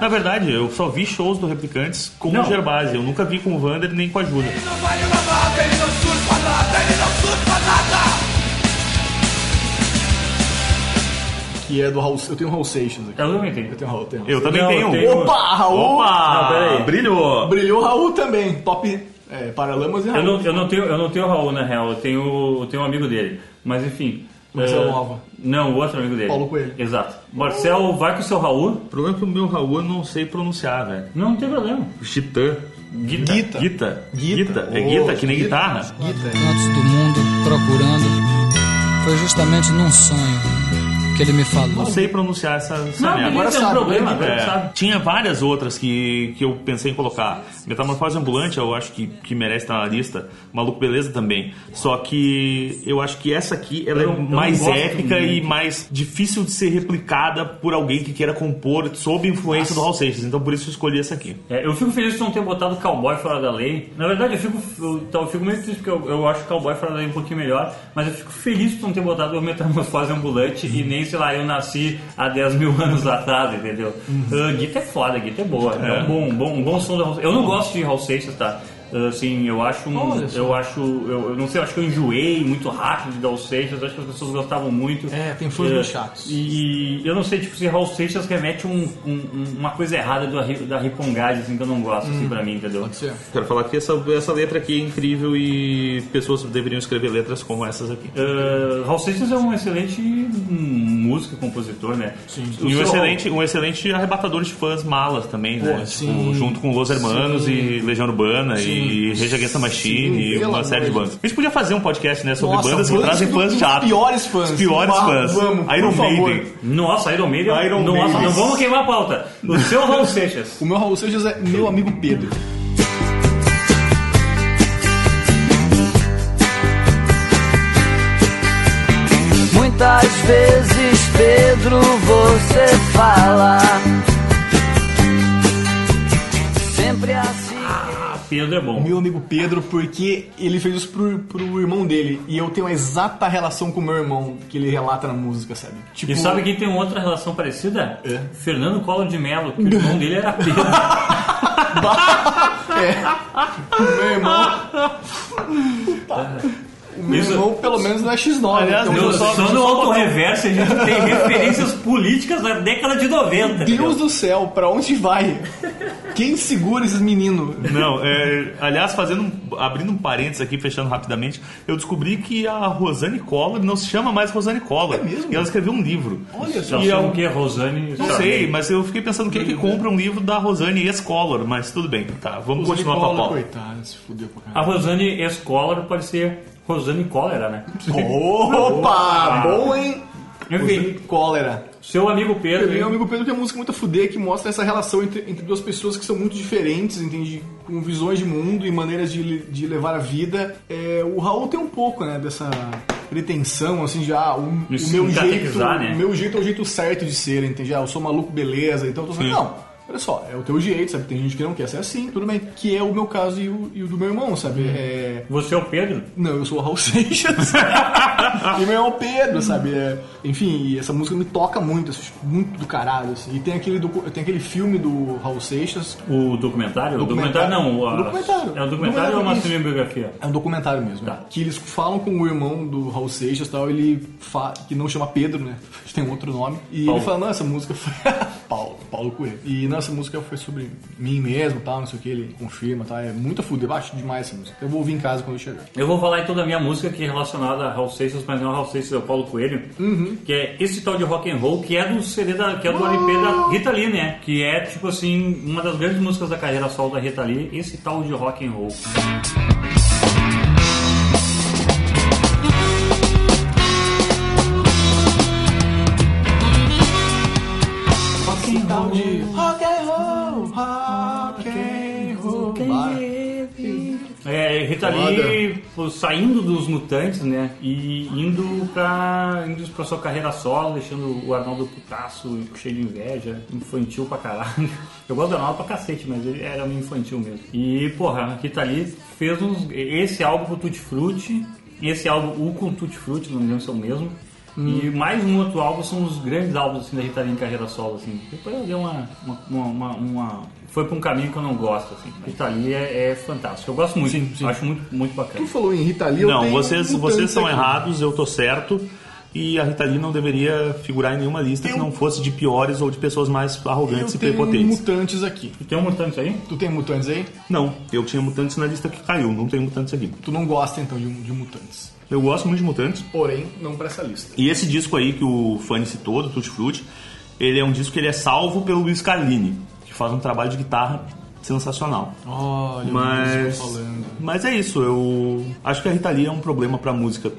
B: Na verdade, eu só vi shows do Replicantes com
A: Não.
B: o Gerbasi. Eu nunca vi com o Vander nem com a Júlia.
E: Ele não vale uma nota, ele não surfa nada, ele não surfa nada.
C: Que é do Raul... Eu tenho Raul Seixas
B: É
C: aqui.
A: Eu também tenho.
C: Eu tenho Raul, tenho.
B: Eu também
A: Não,
B: tenho. um.
A: tem- tenho-
C: Opa, Raul!
B: Opa!
A: Não, peraí.
B: Brilhou!
C: Brilhou Raul também. Top é, Paralamas e Raul.
A: Eu não, eu, não tenho, eu não tenho o Raul, na real. Eu tenho, eu tenho um amigo dele. Mas enfim.
C: Marcelo
A: eh,
C: Nova.
A: Não, o outro amigo dele.
C: Paulo Coelho.
A: Exato. Marcel, vai com o seu Raul.
B: O problema é que o meu Raul eu não sei pronunciar, velho.
A: Não, tem problema.
B: Chitã.
A: Guita.
C: Guita.
B: Guita.
C: Guita.
B: É guita, que nem
C: Guita.
B: guitarra.
C: Guita.
G: cantos do mundo procurando. Foi justamente num sonho que ele me falou.
B: Não sei pronunciar essa, essa
A: Não,
B: merda.
A: beleza, não tem
C: sabe,
A: problema,
B: É,
A: agora sabe.
B: Tinha várias outras que, que eu pensei em colocar. Metamorfose Ambulante, eu acho que, que merece estar na lista. Maluco Beleza também. Só que eu acho que essa aqui ela
A: Eu-
B: é
A: eu
B: mais
A: gosto
B: épica
A: muito.
B: e mais difícil de ser replicada por alguém que queira compor sob influência do Hal Seixas. Então por isso eu escolhi essa aqui.
A: É, eu fico feliz de não ter botado Cowboy Fora da Lei. Na verdade, eu fico, eu, tá, eu fico meio triste porque eu, eu acho Cowboy Fora da Lei um pouquinho melhor, mas eu fico feliz de não ter botado o Metamorfose Ambulante e nem, sei lá, eu nasci há 10 mil anos atrás, entendeu?
C: Uhum.
A: Ah, Guita é foda, Guita é boa. É, um, bom, um bom, um bom som da Raul Seixas. Eu não gosto de Raul Seixas, tá? Ah, Assim, eu acho um.
C: Olha só.
A: Eu acho. Eu, eu não sei, eu acho que eu enjoei muito rápido de Raul Seixas, acho que as pessoas gostavam muito.
C: É, tem fãs
A: Ah,
C: muito chatos.
A: e eu não sei, tipo, se Raul Seixas remete um, um- uma coisa errada do, arri- da ripongagem, assim, que eu não gosto, assim, pra mim, entendeu?
C: Hum, Pode ser.
B: Quero falar que essa, essa letra aqui é incrível e pessoas deveriam escrever letras como essas aqui.
A: Ah, Raul Seixas é um excelente hum, músico, compositor, né? Sim.
B: E um excelente, um excelente arrebatador de fãs malas também, né?
C: Pô,
B: Tipo,
C: sim.
B: junto com Los Hermanos e Legião Urbana e Rage Against the Machine
C: Sim,
B: e
C: pelo
B: uma
C: amor
B: série de
C: de
B: bandas. A gente podia fazer um podcast, né? Sobre
C: Nossa,
B: bandas que
C: bandas
B: trazem
C: do-
B: fãs
C: dos
B: chatos.
C: piores fãs.
B: Os piores
C: Vamos,
B: fãs.
C: vamos,
B: Iron
C: por favor.
B: Maiden.
A: Nossa, Iron Maiden. é
B: Iron
A: nossa,
B: Maiden.
A: não vamos queimar a pauta. O seu Raul Seixas.
C: O meu Raul Seixas é meu amigo Pedro.
H: Muitas vezes, Pedro, você fala. Sempre assim.
A: Pedro é bom.
C: Meu amigo Pedro, porque ele fez isso pro, pro irmão dele. E eu tenho a exata relação com o meu irmão que ele relata na música, sabe? Tipo,
A: E sabe quem tem outra relação parecida?
C: É.
A: Fernando Collor de Mello, que o irmão dele era Pedro.
C: é, o meu irmão. O meu
A: Isso-
C: irmão, pelo menos, não é X9.
B: Aliás,
C: então,
B: eu
A: Só,
C: meu
B: só-
A: só
B: só
A: no Auto
B: botar-
A: Reverso é a gente tem referências políticas da década de 90.
C: Deus do céu, pra onde vai? Quem segura esses meninos?
B: Não, é, aliás, fazendo, um- abrindo um parênteses aqui, fechando rapidamente, eu descobri que a Rosane Collor não se chama mais Rosane Collor.
C: É mesmo?
B: E ela escreveu um livro.
C: Olha
A: Já
B: E
A: e
B: é um-
A: o que, Rosane?
B: Não
A: sabe.
B: sei, mas eu fiquei pensando quem é que
C: Uhum.
B: compra um livro da Rosane ex-Collor, mas tudo bem, tá, vamos continuar com a
C: Nicola,
B: Paula.
C: Coitado, se fudeu pra caralho.
A: A Rosane Escolar pode ser Rosane Cólera, né?
C: Opa, bom, hein?
A: Enfim,
C: Cólera.
A: seu amigo
C: Eu
A: Pedro.
C: vi um
A: hein?
C: amigo Pedro tem uma música muito a fuder que mostra essa relação entre, entre duas pessoas que são muito diferentes, entende? Com visões de mundo e maneiras de, le- de levar a vida. É, o Raul tem um pouco, né, dessa pretensão, assim, de ah, o, o
A: Isso,
C: meu jeito.
A: catequizar, né?
C: O meu jeito é o jeito certo de ser, entende? Ah, eu sou maluco, beleza, então eu tô falando, não. Olha só, é o teu jeito, sabe? Tem gente que não quer ser assim, tudo bem. Que é o meu caso e o, e o do meu irmão, sabe? É,
A: Você é o Pedro?
C: não, eu sou o Raul Seixas. e meu irmão Pedro, sabe? É, enfim, e essa música me toca muito, assim, tipo, muito do caralho. assim. E tem aquele, docu- tem aquele filme do Raul Seixas,
A: O documentário? O documentário
C: Documentário.
A: não. o- a-
C: Documentário.
A: É o documentário ou uma
C: Isso.
A: cinebiografia?
C: é um documentário mesmo,
B: Tá.
C: né? que eles falam com o irmão do Raul Seixas e tal, ele fa- que não chama Pedro, né? Tem um outro nome. E
A: Paulo.
C: ele fala, não, essa música foi. Paulo, Paulo Coelho. E não, essa música foi sobre mim mesmo e tal, não sei o que, ele confirma, tá? É muito a fuder, eu acho demais essa música. Eu vou ouvir em casa quando eu chegar.
A: Eu vou falar então da minha música que é relacionada a Raul Seixas, mas não a Raul Seixas, é o Paulo Coelho,
C: Uhum.
A: que é esse tal de rock and roll, que é do CD da, que é do LP da Rita Lee, né? Que é tipo assim, uma das grandes músicas da carreira solo da Rita Lee, esse tal de rock and roll.
C: tal de rock and roll, rock and roll.
A: É, Rita Lee pô, saindo dos mutantes, né? E indo pra, indo pra sua carreira solo, deixando o Arnaldo putaço e cheio de inveja, infantil pra caralho. Eu gosto do Arnaldo pra cacete, mas ele era meio infantil mesmo. E, porra, a Rita Lee fez uns, esse álbum com o Tutti Frutti, esse álbum o com Tutti Frutti, não me lembro se é o mesmo. E mais um outro álbum são os grandes álbuns assim, da Rita Lee em carreira solo, assim. Depois eu dei uma. uma- uma- uma- uma- foi pra um caminho que eu não gosto, assim. Rita Lee é, é fantástico. Eu gosto muito, acho muito, muito
C: Quem
A: bacana.
C: falou em Rita Lee? eu
B: Não,
C: tenho
B: vocês,
C: um tanto
B: vocês são
C: aqui.
B: errados, eu tô certo. E a Rita Lee não deveria figurar em nenhuma lista que
C: Eu-
B: não fosse de piores ou de pessoas mais arrogantes
C: Eu
B: e
C: tenho
B: prepotentes.
C: mutantes aqui.
A: Tu tem um mutante aí?
C: Tu tem mutantes aí?
B: Não, eu tinha mutantes na lista que caiu, não tenho mutantes aqui.
C: Tu não gosta então de, de mutantes.
B: Eu gosto muito de mutantes.
C: Porém, não pra essa lista.
B: E esse disco aí que o Fanny citou, do Tutti Frutti, ele é um disco que ele é salvo pelo Luiz Carlini, que faz um trabalho de guitarra sensacional.
C: Olha
B: Mas,
C: um falando.
B: mas é isso, eu acho que a Rita Lee é um problema pra música.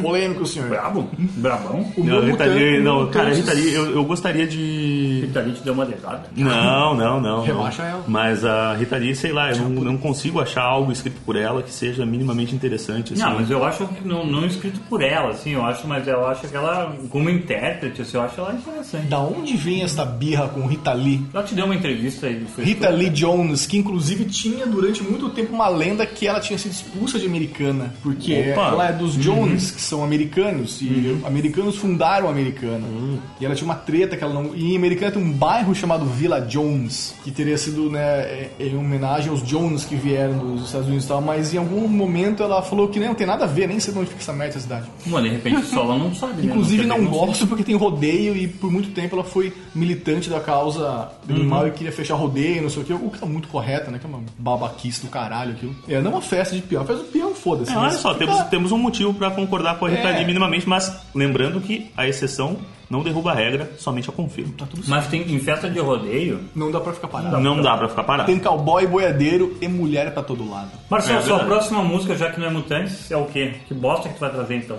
C: Polêmico, senhor.
A: Brabo? Brabão?
C: O
B: Não, a
C: meu
B: Rita
C: mutante-
B: Lee, não,
C: mutantes-
B: cara, a Rita Lee, eu, eu gostaria de...
A: Rita Lee te deu uma dedada.
B: Não, não, não. não.
C: Relaxa ela.
B: Mas a Rita Lee, sei lá, eu não, não consigo achar algo escrito por ela que seja minimamente interessante. Assim.
A: Não, mas eu acho que não, não escrito por ela, assim, eu acho, mas eu acho que ela, como intérprete, assim, eu acho ela interessante.
C: Da onde vem esta birra com Rita Lee?
A: Ela te deu uma entrevista aí, foi
C: Rita Lee Jones, que inclusive tinha durante muito tempo uma lenda que ela tinha sido expulsa de americana, porque
B: Opa.
C: ela é dos Jones, que são americanos, e americanos fundaram a americana. E ela tinha uma treta que ela não. E em americana tem um bairro chamado Villa Jones, que teria sido né, é- em homenagem aos Jones que vieram dos Estados Unidos e tal, mas em algum momento ela falou que nem, não tem nada a ver, nem sei de onde fica essa merda essa cidade.
A: Mano, de repente só ela não sabe, né?
C: Inclusive
A: quer
C: não,
A: ver,
C: gosto porque tem rodeio e por muito tempo ela foi militante da causa do
B: Uhum.
C: animal e queria fechar rodeio, não sei o que, o que tá muito correta, né? Que é uma babaquice do caralho aquilo. É, não é uma festa de peão, festa do peão, foda-se.
B: É,
C: mas
B: olha só,
C: fica-
B: temos, temos um motivo pra concordar com a Rita
C: É.
B: Lee minimamente, mas lembrando que a exceção não derruba a regra, somente a confirma.
C: Tá tudo certo.
A: Mas tem, em festa de rodeio,
C: Não dá pra ficar parado.
B: Não dá pra ficar parado.
C: Tem cowboy, boiadeiro e mulher pra todo lado.
A: Marcelo,
B: É
A: sua
B: verdade.
A: próxima música, já que não é Mutantes, é o quê? Que bosta que tu vai trazer então?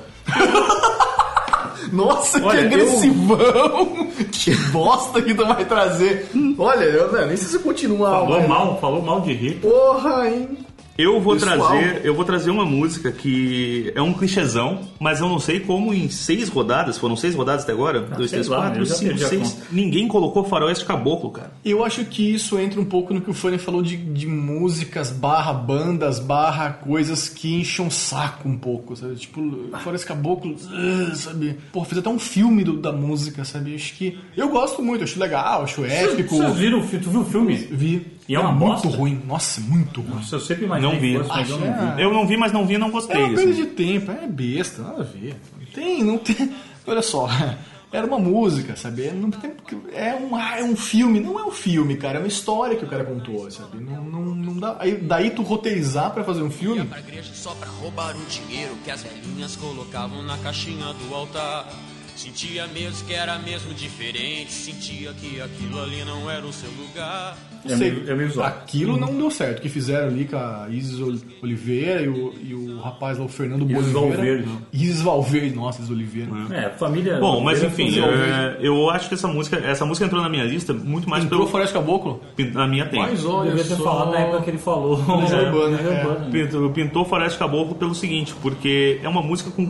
C: Nossa,
A: Olha,
C: que agressivão! Que bosta que tu vai
B: Hum. Tá
C: trazer! Olha, eu né, nem sei se eu continuar.
A: Falou
C: mas-
A: mal, falou mal de Rita.
C: Porra, hein?
B: Eu vou
C: Pessoal.
B: trazer, eu vou trazer uma música que é um clichêzão, mas eu não sei como em seis rodadas, foram seis rodadas até agora, dois,
A: Ah, sei
B: três,
A: lá,
B: quatro,
A: eu já
B: cinco,
A: perdi a
B: seis.
A: conta.
B: Ninguém colocou Faroeste Caboclo, cara.
C: Eu acho que isso entra um pouco no que o Fanny falou de, de músicas barra bandas barra coisas que enchem o saco um pouco, sabe? Tipo, fora esse caboclo, ugh, sabe? Pô, fiz até um filme do- da música, sabe? Acho que... Eu gosto muito, acho legal, acho épico.
A: Vocês viram, o fi- tu viu o filme?
C: Vi.
A: E é uma
C: muito
A: bosta?
C: ruim. Nossa, é muito ruim.
A: Nossa, eu sempre imaginei
B: Não vi.
A: que fosse, mas eu não vi.
C: Ah,
B: Eu não vi, mas não vi e não
C: É
B: gostei.
C: uma
A: né?
C: perda
B: assim.
C: de tempo, é besta, nada a ver. Não Tem, não tem. Olha só, era uma música, sabe? Não tem, é, um, ah, é um filme, não é um filme, cara, é uma história que o cara contou, sabe? Não, não, não dá. Aí, daí tu roteirizar pra fazer um filme.
A: É
I: pra igreja só pra roubar o dinheiro que as velhinhas colocavam na caixinha do altar. Sentia mesmo que era mesmo diferente, sentia que aquilo ali não era o seu lugar.
C: Não
A: É
C: sei,
A: meio- é meio zoado.
C: aquilo não deu certo. O que fizeram ali com a Isis Ol- Oliveira e o, e o rapaz lá, o Fernando
A: Isis
C: Boliveira.
A: Valverde.
C: Isis Valverde, nossa, Isis Oliveira.
A: É, um família.
B: Bom, mas
A: família
B: enfim,
A: funcionou.
B: é, eu acho que essa música, essa música entrou na minha lista muito mais
C: Entrou
B: pelo
C: Floresta Caboclo?
B: na minha tem.
A: um.
C: Mas olha
A: Devia ter
C: só.
A: falado na época que ele falou.
C: Legião Urbana,
A: Legião
C: é.
A: Urbana.
B: Pintou, pintou Floresta Caboclo pelo seguinte, porque é uma música com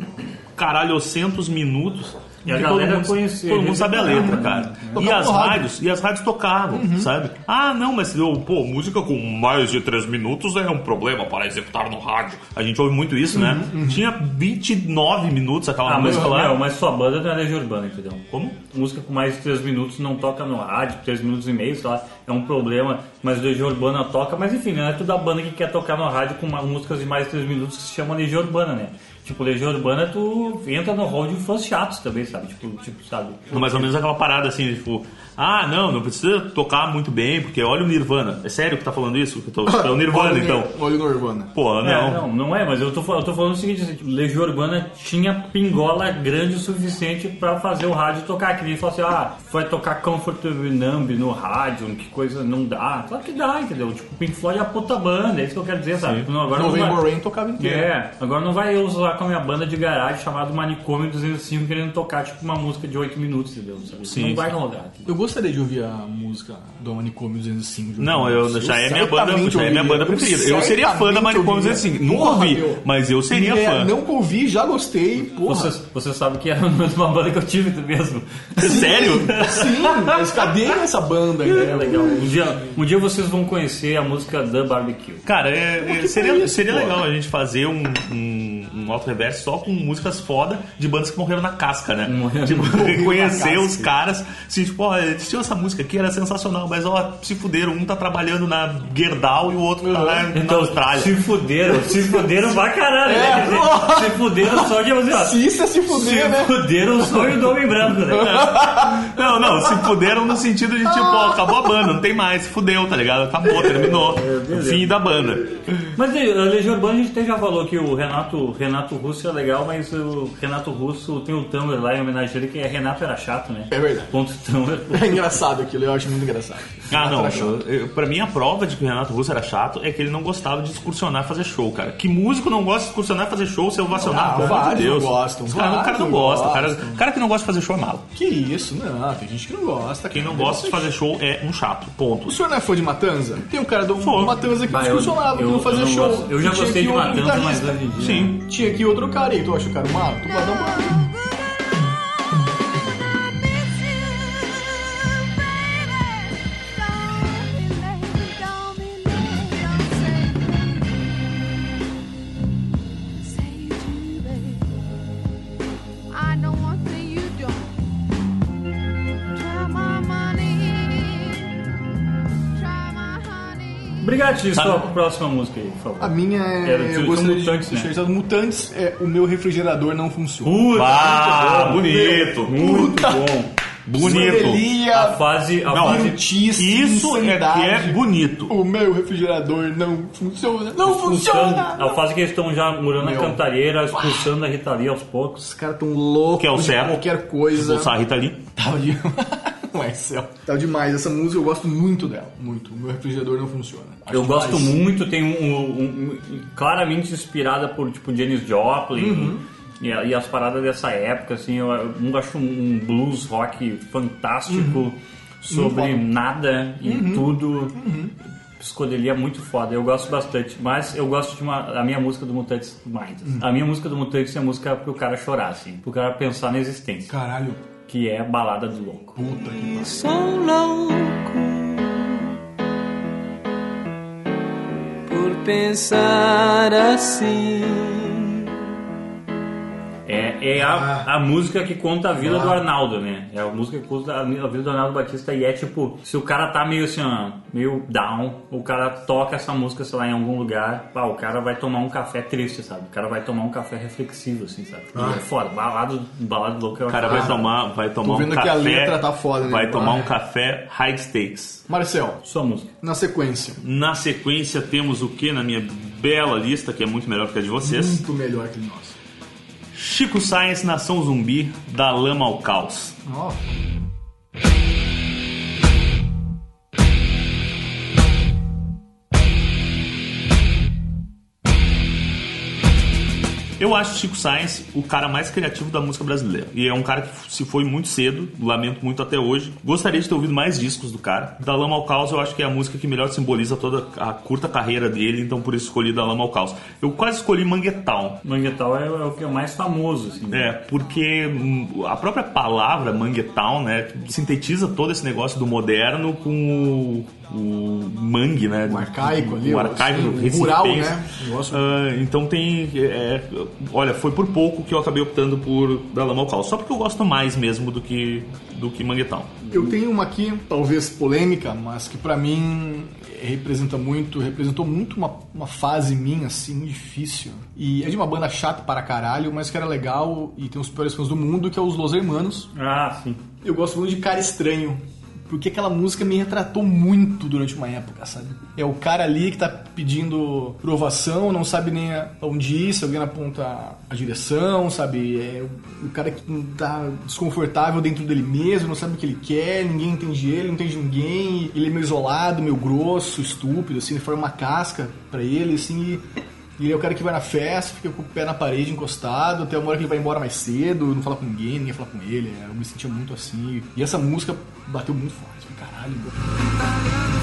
B: caralhocentos minutos.
A: E a
B: que
A: galera
B: todo mundo,
A: conhecia,
B: todo mundo
A: eles
B: sabe a
A: tocavam,
B: letra,
A: né?
B: cara. E
C: Tocavam
B: as
C: no rádio. Uhum.
B: rádios, e as rádios tocavam, sabe? Ah, não, mas eu, pô, música com mais de três minutos é um problema para executar no rádio. A gente ouve muito isso, né?
C: Uhum.
B: Tinha 29 minutos aquela
A: Ah, mas,
B: música lá.
A: meu, mas sua banda não é Legião Urbana, entendeu?
B: Como?
A: Música com mais de 3 minutos não toca no rádio, 3 minutos e meio, sei lá, é um problema, mas Legião Urbana toca, mas enfim, não é toda banda que quer tocar no rádio com uma, músicas de mais de 3 minutos que se chama Legião Urbana, né? Tipo, Legião Urbana, tu entra no hall de fãs chatos também, sabe? Tipo, tipo sabe?
B: Mais ou menos aquela parada assim, tipo, ah, não, não precisa tocar muito bem, porque olha o Nirvana. É sério que tá falando isso? Eu tô, é o Nirvana, então.
C: Olha o Nirvana.
B: Pô,
A: É,
B: Ah, não.
A: não, não é, mas eu tô, fal- eu tô falando o seguinte, assim, tipo, Legião Urbana tinha pingola grande o suficiente pra fazer o rádio tocar, que nem falar assim, ah, vai tocar Comfortably Numb no rádio, que coisa não dá. Claro que dá, entendeu? Tipo, Pink Floyd é a puta banda, é isso que eu quero dizer, sabe? Não, agora não
C: November
A: vai...
C: Rain tocava inteiro.
A: É, agora não vai eu usar com a minha banda de garagem chamada Manicômio 205 querendo tocar tipo uma música de 8 minutos, entendeu? Sabe?
B: Sim,
A: não vai
B: sim.
A: rolar. entendeu?
C: Eu gostaria de ouvir a música do Manicômio 205. de
B: Não,
C: ouvir.
B: eu, já, é minha banda,
C: certamente
B: já é minha
C: ouviria.
B: banda preferida. Eu seria fã da
C: certamente
B: Manicômio
C: ouviria.
B: 205. Nunca
C: Porra,
B: ouvi,
C: meu.
B: mas eu seria
C: É,
B: fã.
C: Não ouvi, já gostei. Porra.
A: Você, você sabe que era a mesma banda que eu tive mesmo.
B: Sério?
C: Sim, mas cadê essa banda? aí, né?
A: É legal. Um dia, um dia vocês vão conhecer a música The Barbecue.
B: Cara, é- é- seria,
C: isso,
B: seria
C: pô?
B: legal a gente fazer um, um, um auto reverso só com músicas foda de bandas que morreram na casca, né?
A: Morreram.
B: Tipo,
C: na
B: conhecer
C: casca.
B: os caras. Assim, tipo, ó, eles tinham essa música aqui, era sensacional, mas ó, se fuderam. Um tá trabalhando na Gerdau e o outro tá lá na Austrália.
A: Então, se fuderam, se fuderam pra caralho,
C: É,
A: né? Quer dizer,
C: porra.
A: Se fuderam só de assim, ó,
C: Se isso é se
A: Se
C: fuder, né?
A: fuderam o sonho do homem branco, né?
B: Não, não, se puderam no sentido de tipo, ó, acabou a banda, não tem mais, fudeu, tá ligado? Acabou, terminou.
A: É,
B: Fim da banda.
A: Mas eh, a Legião Urbana a gente até já falou que o Renato, Renato Russo é legal, mas o Renato Russo tem o Tumblr lá em homenagem a ele, que é Renato era chato, né?
C: É verdade.
A: Ponto Tumblr.
C: É engraçado aquilo, eu acho muito engraçado.
B: Ah, não.
C: Atrachou.
B: Eu, eu- pra mim, a prova de que o Renato Russo era chato é que ele não gostava de excursionar e fazer show, cara. Que músico não gosta de excursionar e fazer show, ser
C: Ah,
B: ovacionado? Pelo amor de
C: vários
B: Deus.
C: não gostam,
B: Os cara, o cara não
C: vários
B: gosta. O cara,
C: gostam.
B: o cara que não gosta de fazer show é malo.
C: Que isso, não, tem gente que não gosta.
B: Quem não
C: cara.
B: gosta de fazer show é um chato.
C: O
B: Ponto.
C: senhor não é fã de Matanza? Tem um cara do
B: Sou.
C: Matanza que
A: Bah, eu-
C: discussionava, que
A: eu-
C: não fazia
A: eu não
C: show.
A: gosto. Eu já
C: E tinha
A: gostei
C: aqui
A: de
C: outro
A: Matanza, mas
C: guitarrista.
A: hoje em dia.
B: Sim.
C: Tinha aqui outro cara aí, tu acha o cara mal? Tu gosta do mal?
D: I know one thing you don't. Try my money. Try my honey.
A: Obrigado, Tio.
B: Sabe-
A: Só a próxima música aí, por favor.
C: A minha é.
A: Era,
C: eu
A: são
C: gostaria de
A: mutantes, né?
C: deixar isso. Mutantes, é, o meu refrigerador não funciona.
A: Puta,
B: Ah,
A: muito
B: bonito.
A: bom. Muito bom.
B: Bonito.
A: A
C: Esmerelia,
A: fase. A
B: Não,
A: fase
C: Brutíssimo,
B: Isso é que é
C: um insanidade.
B: bonito.
C: O meu refrigerador não funciona. Não
A: expulsando-
C: funciona!
A: A fase que eles estão já morando na
C: Meu.
A: cantareira, expulsando a Rita Lee aos poucos.
C: Os caras tão loucos
B: Que é o
C: de
B: certo. Tipo,
C: qualquer coisa.
B: Bolsar a Rita ali.
C: Tal de... Não é céu. Tal demais. Essa música eu gosto muito dela. Muito. O meu refrigerador não funciona. Acho
A: Eu gosto
C: demais.
A: muito, tem um, um- um- claramente inspirada por tipo Janis Joplin e, a- e as paradas dessa época, assim, eu, eu acho um blues rock fantástico sobre nada e tudo. psicodelia é muito foda. Eu gosto bastante, mas eu gosto de uma, a minha música do Mutantes mais. A minha música do Mutantes é a música pro cara chorar, assim, pro cara pensar na existência,
C: Caralho,
A: que é Balada do Louco.
C: puta que pariu.
H: Sou louco por pensar assim.
A: É, é a, a música que conta a vida do Arnaldo, né? É a música que conta a, a vida do Arnaldo Batista e é tipo, se o cara tá meio assim, ó, meio down, o cara toca essa música, sei lá, em algum lugar, pá, o cara vai tomar um café triste, sabe? O cara vai tomar um café reflexivo, assim, sabe? É foda, balado, balado louco é
B: O cara vai tomar, vai tomar
C: Ah. vendo
B: um
C: que a
B: café.
C: letra tá foda, né?
B: Vai tomar
C: Ah.
B: um café high stakes.
C: Marcel,
A: Sua música.
C: na sequência.
B: Na sequência temos o que na minha bela lista, que é muito melhor que a de vocês.
C: Muito melhor que o nosso.
B: Chico Science, Nação Zumbi, da lama ao caos.
C: Ó,
B: Eu acho o Chico Science o cara mais criativo da música brasileira. E é um cara que se foi muito cedo, lamento muito até hoje. Gostaria de ter ouvido mais discos do cara. Da Lama ao Caos eu acho que é a música que melhor simboliza toda a curta carreira dele, então por isso escolhi Da Lama ao Caos. Eu quase escolhi Manguetown.
A: Manguetal é, é o que é mais famoso, assim.
B: É, porque hum, a própria palavra manguetown, né, sintetiza todo esse negócio do moderno com o, o mangue, né?
C: O arcaico ali,
B: O arcaico,
C: assim,
B: do
C: o
B: Recife
C: rural,
B: Pense.
C: né? O negócio-
B: Ah, então tem... é, olha, foi por pouco que eu acabei optando por Da Lama ao Caos, só porque eu gosto mais mesmo do que, do que manguetown.
C: eu tenho uma aqui, talvez polêmica, mas que pra mim representa muito, representou muito uma, uma fase minha, assim, difícil. E é de uma banda chata para caralho, mas que era legal e tem os piores fãs do mundo, que é os Los Hermanos.
A: Ah, sim.
C: Eu gosto muito de Cara Estranho. Porque aquela música me retratou muito durante uma época, sabe? É o cara ali que tá pedindo provação, não sabe nem a- onde ir, se alguém aponta a direção, sabe? É o- o cara que tá desconfortável dentro dele mesmo, não sabe o que ele quer, ninguém entende ele, não entende ninguém. Ele é meio isolado, meio grosso, estúpido, assim, ele forma uma casca pra ele, assim, e e ele é o cara que vai na festa, fica com o pé na parede encostado, até uma hora que ele vai embora mais cedo, não fala com ninguém, ninguém fala com ele. é, Eu me sentia muito assim. E essa música bateu muito forte, falei, caralho. meu.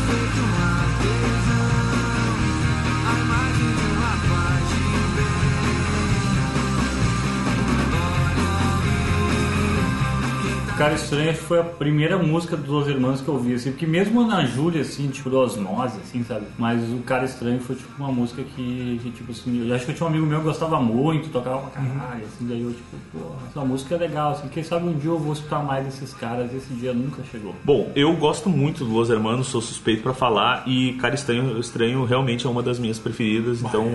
A: Cara Estranho acho que foi a primeira música dos Los Hermanos que eu ouvi, assim, porque mesmo na Júlia, assim, tipo, do Osmose, assim, sabe? Mas o Cara Estranho foi, tipo, uma música que, que, tipo, assim, eu acho que eu tinha um amigo meu que gostava muito, tocava pra caralho, assim, daí eu, tipo, porra, essa música é legal, assim, quem sabe um dia eu vou escutar mais desses caras, esse dia nunca chegou.
B: Bom, eu gosto muito do Los Hermanos, sou suspeito pra falar e Cara Estranho, Estranho realmente é uma das minhas preferidas, então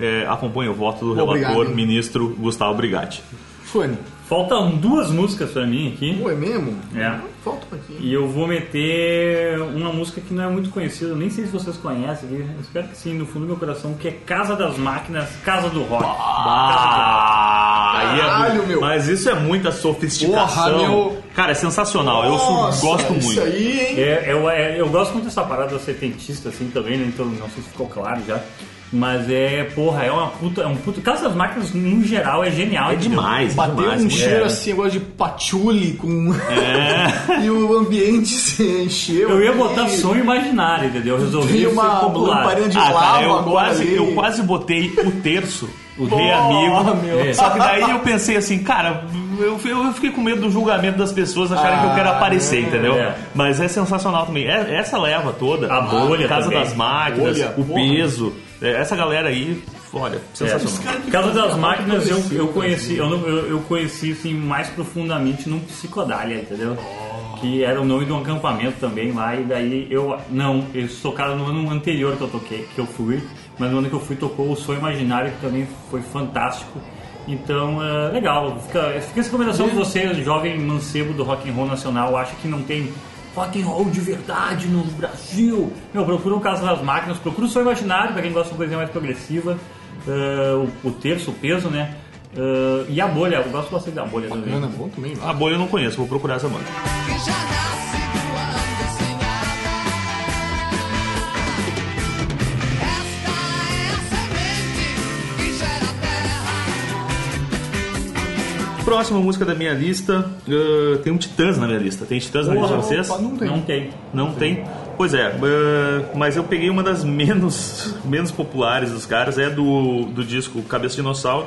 B: é, acompanho o voto do
C: Obrigado,
B: relator,
C: hein?
B: ministro Gustavo Brigatti.
C: Fanny,
A: Faltam um, duas músicas pra mim aqui.
C: pô, é mesmo?
A: É.
C: Falta um pouquinho.
A: E eu vou meter uma música que não é muito conhecida, nem sei se vocês conhecem, eu espero que sim, no fundo do meu coração, que é Casa das Máquinas, Casa do Rock.
B: Ah, aí é
C: Caralho,
B: muito-
C: meu.
B: Mas isso é muita sofisticação.
C: Porra, meu.
B: Cara, é sensacional, eu
C: Nossa,
B: su- gosto muito.
C: Isso aí, hein?
A: É, eu, é, eu gosto muito dessa parada setentista, assim, também, né? Então, não sei se ficou claro já. Mas é, porra, é uma puta. É um puta. Casa das Máquinas, no geral, é genial.
B: É
A: entendeu?
B: demais,
C: Bateu
B: demais.
C: um
B: muito
C: cheiro
B: bom.
C: assim, agora de patchouli com.
B: É.
C: e o ambiente se encheu.
A: Eu ia
C: E-
A: botar sonho imaginário, entendeu? Eu resolvi
C: Tem
A: ser
C: uma
A: popular.
C: lamparina de
B: Ah,
C: lava
B: cara, eu
C: agora
B: quase,
C: ali.
B: eu quase botei o terço, o rei
C: Porra,
B: amigo. É.
C: meu.
B: Só que daí eu pensei assim, cara, eu, eu fiquei com medo do julgamento das pessoas acharem que eu
C: Ah,
B: quero aparecer, entendeu?
A: é.
B: Mas é sensacional também. É- essa leva toda,
A: A bolha
B: Casa
A: também.
B: das Máquinas,
C: Bolha,
B: o
C: porra. É,
B: peso, é, essa galera aí, olha, sensacional.
A: É, Casa das Máquinas eu, eu conheci, eu, não- eu, eu conheci assim, mais profundamente num psicodália, entendeu? Que era o nome de um acampamento também lá, e daí eu. Não, eles tocaram no ano anterior que eu toquei, que eu fui, mas no ano que eu fui tocou o Sonho Imaginário, que também foi fantástico. Então, é legal, fica, fica essa recomendação de você, jovem mancebo do rock and roll nacional, acha que não tem rock and roll de verdade no Brasil. Meu, procura o Casa das Máquinas, procura o Sonho Imaginário, pra quem gosta de uma coisa mais progressiva. Eh, o, o terço, o peso, né? Eh, e a bolha, eu gosto bastante da bolha também.
C: Ana, bom também, vai.
B: A bolha eu não conheço, vou procurar essa banda. Próxima música da minha lista, ah, tem um Titãs na minha lista. Tem Titãs na lista de vocês?
C: Opa, não tem.
A: Não tem.
B: Não tem? Pois é, ah, mas eu peguei uma das menos, menos populares dos caras, é do, do disco Cabeça de Dinossauro,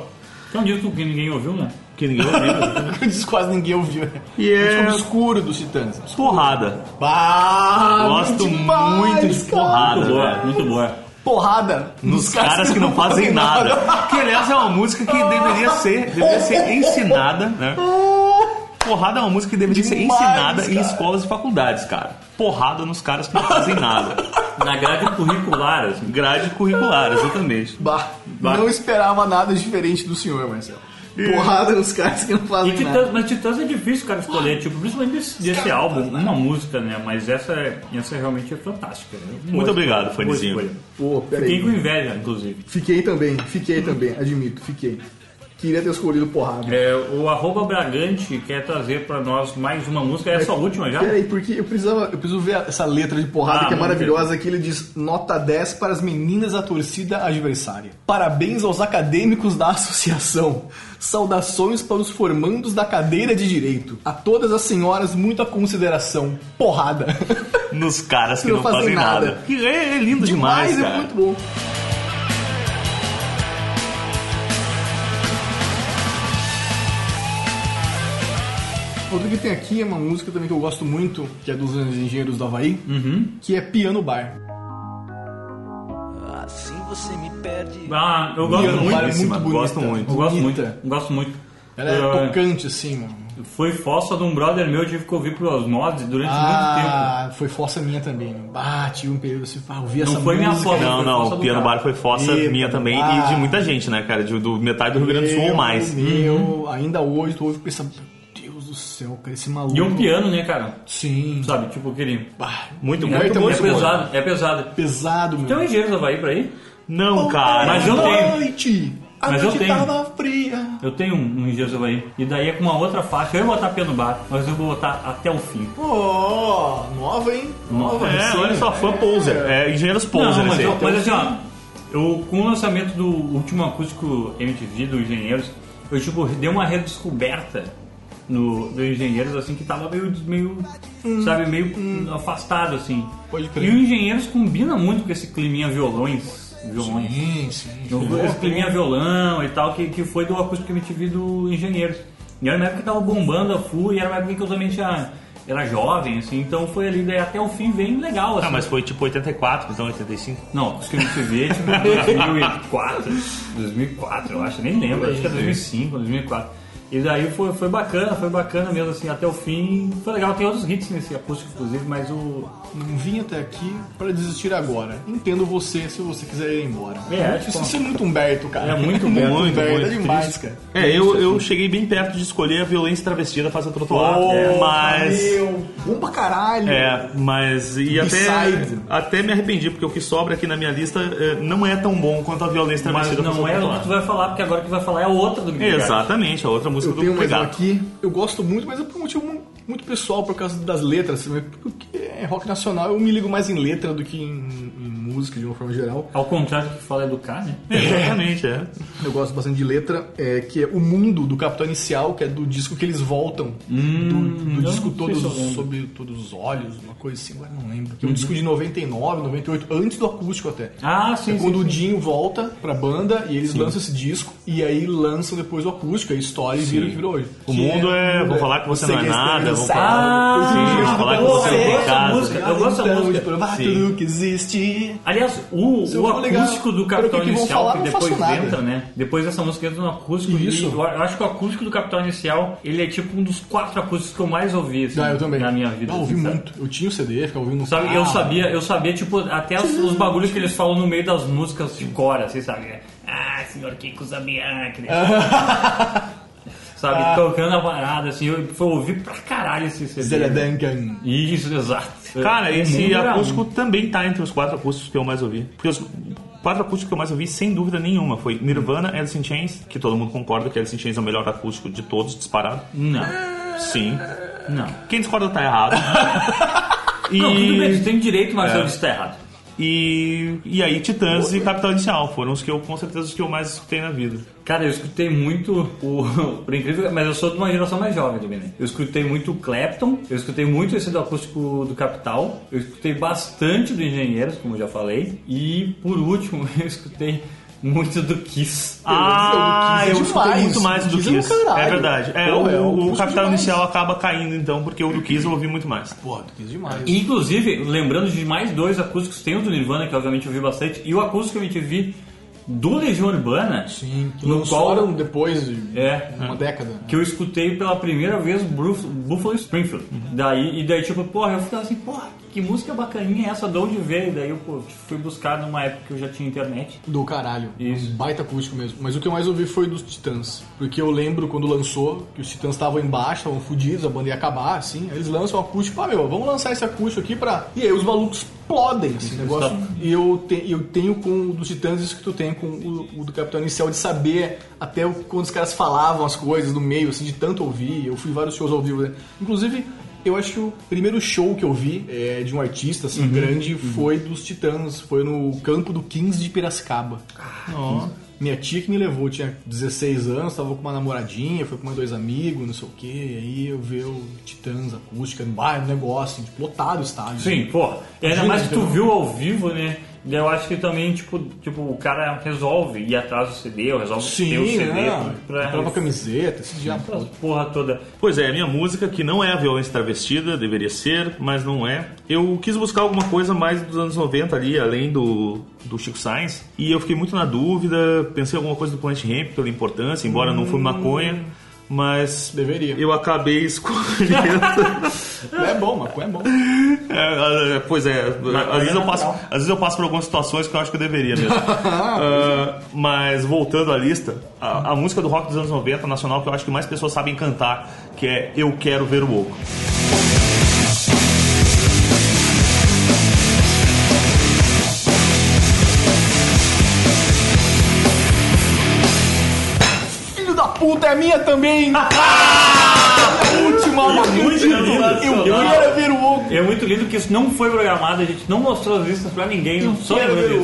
A: Que é um disco que ninguém ouviu, né?
B: que ninguém ouviu.
C: Isso quase ninguém ouviu. né?
B: E é-
C: Tipo obscuro dos Titãs.
B: Porrada.
C: Bah,
B: Gosto
C: demais,
B: muito de
C: cara.
B: porrada.
A: Muito boa,
B: velho.
A: muito boa.
C: Porrada
B: Nos caras, que não fazem nada. Que aliás é uma música que deveria ser, deveria ser ensinada, né? Porrada é uma música que deveria ser
C: Demais,
B: ensinada em
C: cara.
B: escolas e faculdades, cara. Porrada nos caras que não fazem nada.
A: Na grade curricular, assim.
B: Grade curricular, exatamente.
C: Bah,
A: Bah.
C: não esperava nada diferente do senhor, Marcelo. Porrada nos caras que não
A: E
C: fazem nada.
A: Titãs, mas Titãs é difícil, cara, escolher, tipo, principalmente desse, desse álbum, uma música, né? Mas essa, é- essa realmente é fantástica. Né? Boa
B: Muito obrigado,
A: escolha, boa
B: Fanizinho.
A: escolha.
C: Pô, peraí.
A: Fiquei com inveja, inclusive.
C: Fiquei também, fiquei também, admito, fiquei. Queria ter escolhido porrada.
A: É, o arroba Bragante quer trazer pra nós mais uma música, essa última já?
C: Peraí, porque eu, precisava, eu preciso ver essa letra de porrada
A: Ah,
C: que é
A: vamos
C: maravilhosa, que ele diz nota 10 para as meninas da torcida adversária. Parabéns aos acadêmicos da associação. Saudações para os formandos da cadeira de direito. A todas as senhoras, muita consideração. Porrada.
B: Nos caras que não, fazem nada. Que é, é lindo demais,
C: Demais, é
B: cara.
C: muito bom. Outra que tem aqui é uma música também que eu gosto muito, que é dos Engenheiros do Havaí,
A: Uhum.
C: que é Piano Bar.
E: Assim você me perde.
A: Ah, eu gosto
C: Piano
A: muito.
C: Bar é muito
B: Belíssima,
C: bonita.
B: gosto muito.
A: Eu gosto muito,
C: bonita.
A: eu gosto muito.
C: Ela é
A: Eu-
C: tocante, assim, mano.
A: Foi fossa de um brother meu, eu tive que ouvir pro Osmose durante muito tempo.
C: Ah, foi força minha também. meu. Bah, tive um período assim, ah, ouvi essa
A: foi minha
C: música.
A: força.
B: Não,
A: Foi
B: não,
A: força
B: o
A: do
B: Piano
A: cara.
B: Bar foi fossa
C: Eita,
B: minha também
C: ah.
B: e de muita gente, né, cara? De, do metade do Rio Grande do Sul ou mais.
C: Meu,
A: Uhum.
C: ainda hoje tu ouve e pensa, meu Deus do céu, cara, esse maluco.
A: E um piano, né, cara?
C: Sim.
A: Sabe, tipo, aquele...
C: Bah,
B: Muito
A: É,
B: bom.
C: também
A: é
C: sou bom.
A: pesado, é pesado.
C: pesado, meu.
A: Tem um engenheiro do Havaí pra ir?
B: Não, cara.
A: Mas eu tenho.
C: Noite, a
A: Mas eu
C: noite
A: tenho.
C: tava fria.
A: Eu tenho um, um engenheiro do Havaí. E daí é com uma outra faixa. Eu ia botar piano bar, mas eu vou botar até o fim.
C: Oh, nova, hein? Nova,
B: É,
C: recém.
B: olha só, fã poser. É, engenheiros poser,
A: Não, mas,
B: esse aí.
A: eu- mas assim, ó, eu, com o lançamento do último acústico MTV do Engenheiros, eu tipo, dei uma redescoberta no, do Engenheiros, assim, que tava meio, meio sabe, meio afastado, assim.
C: Pode
A: e
C: crer.
A: o Engenheiros combina muito com esse climinha violões. Violões.
C: Sim, sim.
A: Eu- Esse climinha violão e tal, que, que foi do acústico MTV do Engenheiros. E era uma época que tava bombando a full, e era uma época que eu também tinha, era jovem, assim, então foi ali, daí até o fim vem legal, assim.
B: Ah, mas foi tipo 84, então 85.
A: Não, os que eu me TV, tipo, 2004, 2004, eu acho, nem lembro, acho que é 2005, 2004. E daí foi, foi bacana, foi bacana mesmo, assim, até o fim. Foi legal, tem outros hits nesse acústico, inclusive, mas o...
C: Não vim até aqui pra desistir agora. Entendo você se você quiser ir embora.
A: É,
C: isso,
A: tipo-
C: isso é muito Humberto, cara.
A: É muito
C: Humberto,
B: muito,
C: Humberto,
B: muito
C: é demais,
B: triste.
C: cara.
B: É, eu, eu cheguei bem perto de escolher a violência travestida faz a trotoar.
C: Oh,
B: mas.
C: Meu, bom pra caralho.
B: É, mas. E até,
C: Beside.
B: até me arrependi, porque o que sobra aqui na minha lista eh, não é tão bom quanto a violência
A: Mas
B: travestida faz a
A: não é o que tu
B: trotoar.
A: vai falar, porque agora o que vai falar é outra do Guilherme.
B: Exatamente, a outra música
C: Eu tenho
B: do
C: mais uma
B: Pegato.
C: aqui. Eu gosto muito, mas é por um motivo mu- muito pessoal, por causa das letras. também, Porque é rock nacional, eu me ligo mais em letra do que em, em música, de uma forma geral.
A: Ao contrário do que fala educar, né?
B: Exatamente, é.
C: Eu gosto bastante de letra, é, que é O Mundo, do Capitão Inicial, que é do disco que eles voltam. do do
A: Hum, eu
C: disco
A: não sei
C: todos,
A: se eu lembro. Uhum.
C: Sobre Todos os Olhos, uma coisa assim, agora não lembro. Que é um disco de 99, 98, antes do acústico até.
A: Ah, sim,
C: É
A: sim,
C: quando o
A: sim.
C: Dinho volta pra banda e eles lançam esse disco e aí lançam depois o acústico, a história e vira o que virou hoje.
B: O mundo é. Vou falar que você não é nada, vou
A: Ah,
B: falar. Sim, vou falar que
A: eu
B: você é
A: gosto
B: em
A: da
B: casa.
A: música, eu gosto da
C: então,
A: música.
C: provar tudo que existe.
A: Aliás, o,
C: Se eu
A: o
C: for ligar
A: acústico do
C: para o que
A: Capitão
C: que vão
A: Inicial,
C: falar,
A: que
C: eu não
A: depois
C: faço nada.
A: entra, né? Depois essa música entra no acústico. e
C: Isso.
A: eu acho que o acústico do Capitão Inicial, ele é tipo um dos quatro acústicos que eu mais ouvi, assim,
C: Ah, eu também.
A: na minha vida.
C: Ah, Eu ouvi
A: assim, sabe?
C: muito. Ah. Eu tinha o CD, ficava ouvindo no
A: Sabe,
C: carro.
A: eu sabia, eu sabia, tipo, até os, os bagulhos que eles falam no meio das músicas de cor, assim, sabe? Ah, senhor Kiko Zambianchi. sabe,
C: Ah.
A: tocando a parada, assim, eu, eu ouvi pra caralho esse CD.
C: Zélia Duncan.
A: Isso,
C: É,
A: exato.
B: Cara,
A: O
B: esse
A: mundo era
B: acústico
A: um.
B: também tá entre os quatro acústicos que eu mais ouvi. Porque os quatro acústicos que eu mais ouvi, sem dúvida nenhuma, foi Nirvana, Alice in Chains, que todo mundo concorda que Alice in Chains é o melhor acústico de todos, disparado.
A: Não,
B: Sim.
A: não.
B: Quem discorda tá errado. E...
A: um-
C: É.
A: Não, tudo bem, tu tem direito, mas eu disse tá errado.
B: E, e aí Titãs e Capital Inicial foram os que eu, com certeza, os que eu mais escutei na vida.
A: Cara, eu escutei muito o. Por incrível que- Mas eu sou de uma geração mais jovem do Benê. Eu escutei muito o Clapton, eu escutei muito esse do acústico do Capital, eu escutei bastante do Engenheiros, como eu já falei. E por último, eu escutei muito do Kiss.
B: Ah,
C: Kiss é
B: eu escutei
C: demais.
B: muito mais do
C: Kiss é do
B: Kiss.
C: caralho.
B: É verdade. É,
C: Pô,
B: o,
C: é, eu
B: o
C: curto
B: Capital
C: demais.
B: Inicial acaba caindo então, porque o do Kiss eu ouvi muito mais.
C: Porra, tu quis demais.
A: Inclusive, lembrando de mais dois acústicos, tem o do Nirvana, que obviamente eu vi bastante, e o acústico que eu tive do Legião Urbana,
C: Sim, Uhum. que
A: no
C: lançaram
A: qual.
C: depois de
A: É,
C: uma década.
A: que eu escutei pela primeira vez Bruf- Buffalo Springfield. Daí, e daí, tipo, porra, eu ficava assim, porra, que música bacaninha é essa, de onde veio? Daí eu pô, fui buscar numa época que eu já tinha internet.
C: Do caralho.
A: Isso.
C: Um baita acústico mesmo. Mas o que eu mais ouvi foi dos Titãs. Porque eu lembro quando lançou, que os Titãs estavam embaixo, estavam fudidos, a banda ia acabar, assim. Aí eles lançam o acústico, ah, meu, vamos lançar esse acústico aqui pra. E aí os malucos explodem esse negócio. E eu, te- eu tenho com o dos Titãs isso que tu tem com o, o do Capitão Inicial, de saber até o- quando os caras falavam as coisas no meio, assim, de tanto ouvir. Eu fui em vários shows ao vivo, né? Inclusive. Eu acho que o primeiro show que eu vi é, de um artista assim, grande foi dos Titãs. Foi no campo do 15 de Piracicaba. Minha tia que me levou, eu tinha 16 anos, tava com uma namoradinha, foi com mais dois amigos, não sei o quê. E aí eu vi o Titãs acústica, bah, é um negócio, assim, lotado o estádio.
A: Sim, porra. E ainda
C: Juro,
A: mais que tu
C: entendeu?
A: viu ao vivo, né? Daí Eu acho que também, tipo, tipo, o cara resolve ir atrás do CD, ou resolve ter o
C: Sim,
A: CD
C: né?
A: pra,
C: Comprava camiseta, esse dia.
A: pra porra toda.
B: Pois é, a minha música, que não é a violência travestida, deveria ser, mas não é. Eu quis buscar alguma coisa mais dos anos 90 ali, além do, do Chico Sainz, e eu fiquei muito na dúvida, pensei em alguma coisa do Planet Ramp pela importância, embora não fui maconha, mas...
C: Deveria.
B: Eu acabei escolhendo...
C: É bom, mas é bom.
B: É, é, pois é, às vezes, eu
C: é
B: passo,
C: natural.
B: às vezes eu passo por algumas situações que eu acho que eu deveria mesmo. Ah, mas voltando à lista, a, a música do rock dos anos 90, nacional, que eu acho que mais pessoas sabem cantar, que é Eu Quero Ver o Oco.
C: Filho da puta, é minha também! Última
A: Muito
C: maluca! Eu
A: sensacional.
C: quero ver o oco!
A: É muito lindo que isso não foi programado, a gente não mostrou as listas pra ninguém,
C: Eu
A: só
C: quero
A: lembrando
C: ver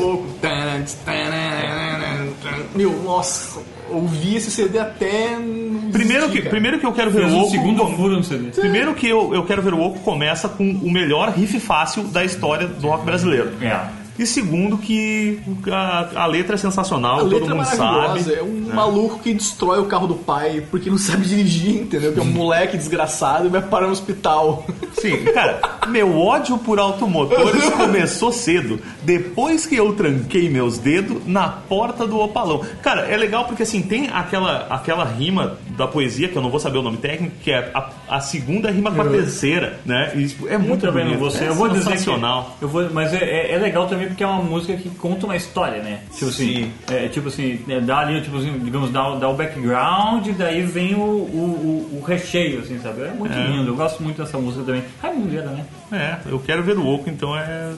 A: disso.
C: o oco! Meu, nossa, ouvi esse CD até. não
B: Primeiro
C: desisti,
B: que,
C: cara.
B: primeiro que eu quero ver
A: Fez
B: o
A: o
B: Oco.
A: segundo furo no CD.
B: Primeiro que eu, eu quero ver o Oco começa com o melhor riff fácil da história do rock brasileiro.
A: É.
B: E segundo que a, a letra é sensacional,
C: A
B: todo
C: letra é
B: mundo
C: maravilhosa.
B: sabe.
C: É um maluco que destrói o carro do pai porque não sabe dirigir, entendeu? Que é um moleque desgraçado e vai parar no hospital.
B: Sim, cara, meu ódio por automotores começou cedo, depois que eu tranquei meus dedos na porta do opalão. Cara, é legal porque assim, tem aquela, aquela rima da poesia, que eu não vou saber o nome técnico, que é a, a segunda rima com a terceira, né? E, tipo, é muito
A: Muito bem,
B: bonito.
A: não você.
B: é
A: eu vou dizer que.
B: sensacional.
A: Eu vou, mas é, é- é legal também porque é uma música que conta uma história, né? Tipo assim.
B: Sim.
A: É, tipo assim, é, dá ali, tipo assim, digamos, dá, o- dá o background, daí vem o, o, o- o recheio, assim, sabe? É muito lindo, eu gosto muito dessa música também. Raimundo Vieira, né?
B: É, eu quero ver o oco, então é.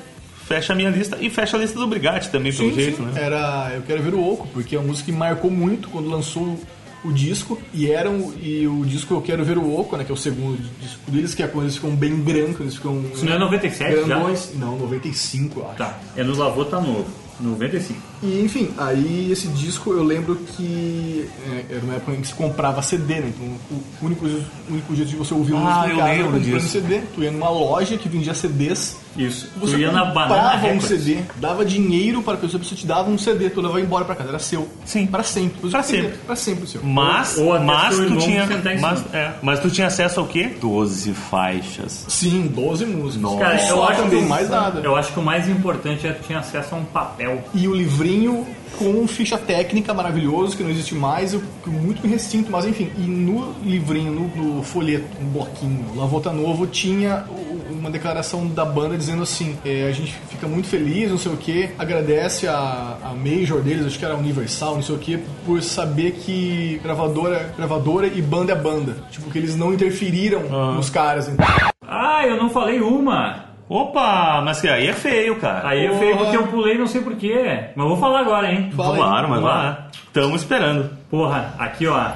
B: Fecha a minha lista e fecha a lista do Brigatti também, pelo jeito,
C: É.
B: né?
C: Era Eu Quero Ver o Oco, porque é uma música que marcou muito quando lançou o disco. E era um- e o disco Eu Quero Ver o Oco, né? Que é o segundo disco deles, que é quando eles ficam bem brancos, eles ficam.
A: Isso não é 97 já?
C: grandões. Não, 95, eu acho.
A: Tá. É no Lavô Tá Novo, 95.
C: E enfim, aí esse disco eu lembro que é, era uma época em que se comprava CD, né? Então o único, jeito- o único jeito de você ouvir
B: Ah,
C: música em
B: eu
C: casa era
B: lembro
C: comprando
B: disso.
C: CD. Tu ia numa loja que vendia CDs.
A: Isso. Tu
C: Você
A: ia na Banana
C: comprava um
A: Records.
C: CD, dava dinheiro para a pessoa, a pessoa te dava um CD, tu levava embora pra casa, era seu.
B: Sim.
C: Para sempre. Você
B: Pra
C: tinha
B: sempre.
C: Pra sempre o seu.
B: Mas,
A: Ou até
B: mas,
A: seu
B: tu
A: irmão
B: tinha,
A: sentar em cima.
B: mas, é, mas tu tinha acesso ao quê? 12 faixas.
C: Sim, 12 músicas.
A: Cara, eu
C: Só,
A: acho
C: não
A: que-
C: tem mais nada.
A: Eu acho que o mais importante é que tinha acesso a um papel.
C: E o livrinho com ficha técnica maravilhoso, que não existe mais, eu fico muito me restinto, mas enfim. E no livrinho, no, no folheto, um bloquinho, Lavota Novo, tinha o- uma declaração da banda dizendo assim: é, a gente fica muito feliz, não sei o que, agradece a, a Major deles, acho que era a Universal, não sei o que, por saber que gravadora é gravadora e banda é banda. Tipo, que eles não interferiram nos caras. Então.
A: Ah, eu não falei uma!
B: Opa, mas que aí é feio, cara.
A: Aí eu
C: Porra.
A: feio porque eu pulei, não sei porquê. Mas vou falar agora, hein?
C: Fala aí.
B: Claro, mas
A: Vamos
B: lá.
A: lá.
B: Estamos esperando.
A: Porra, aqui ó.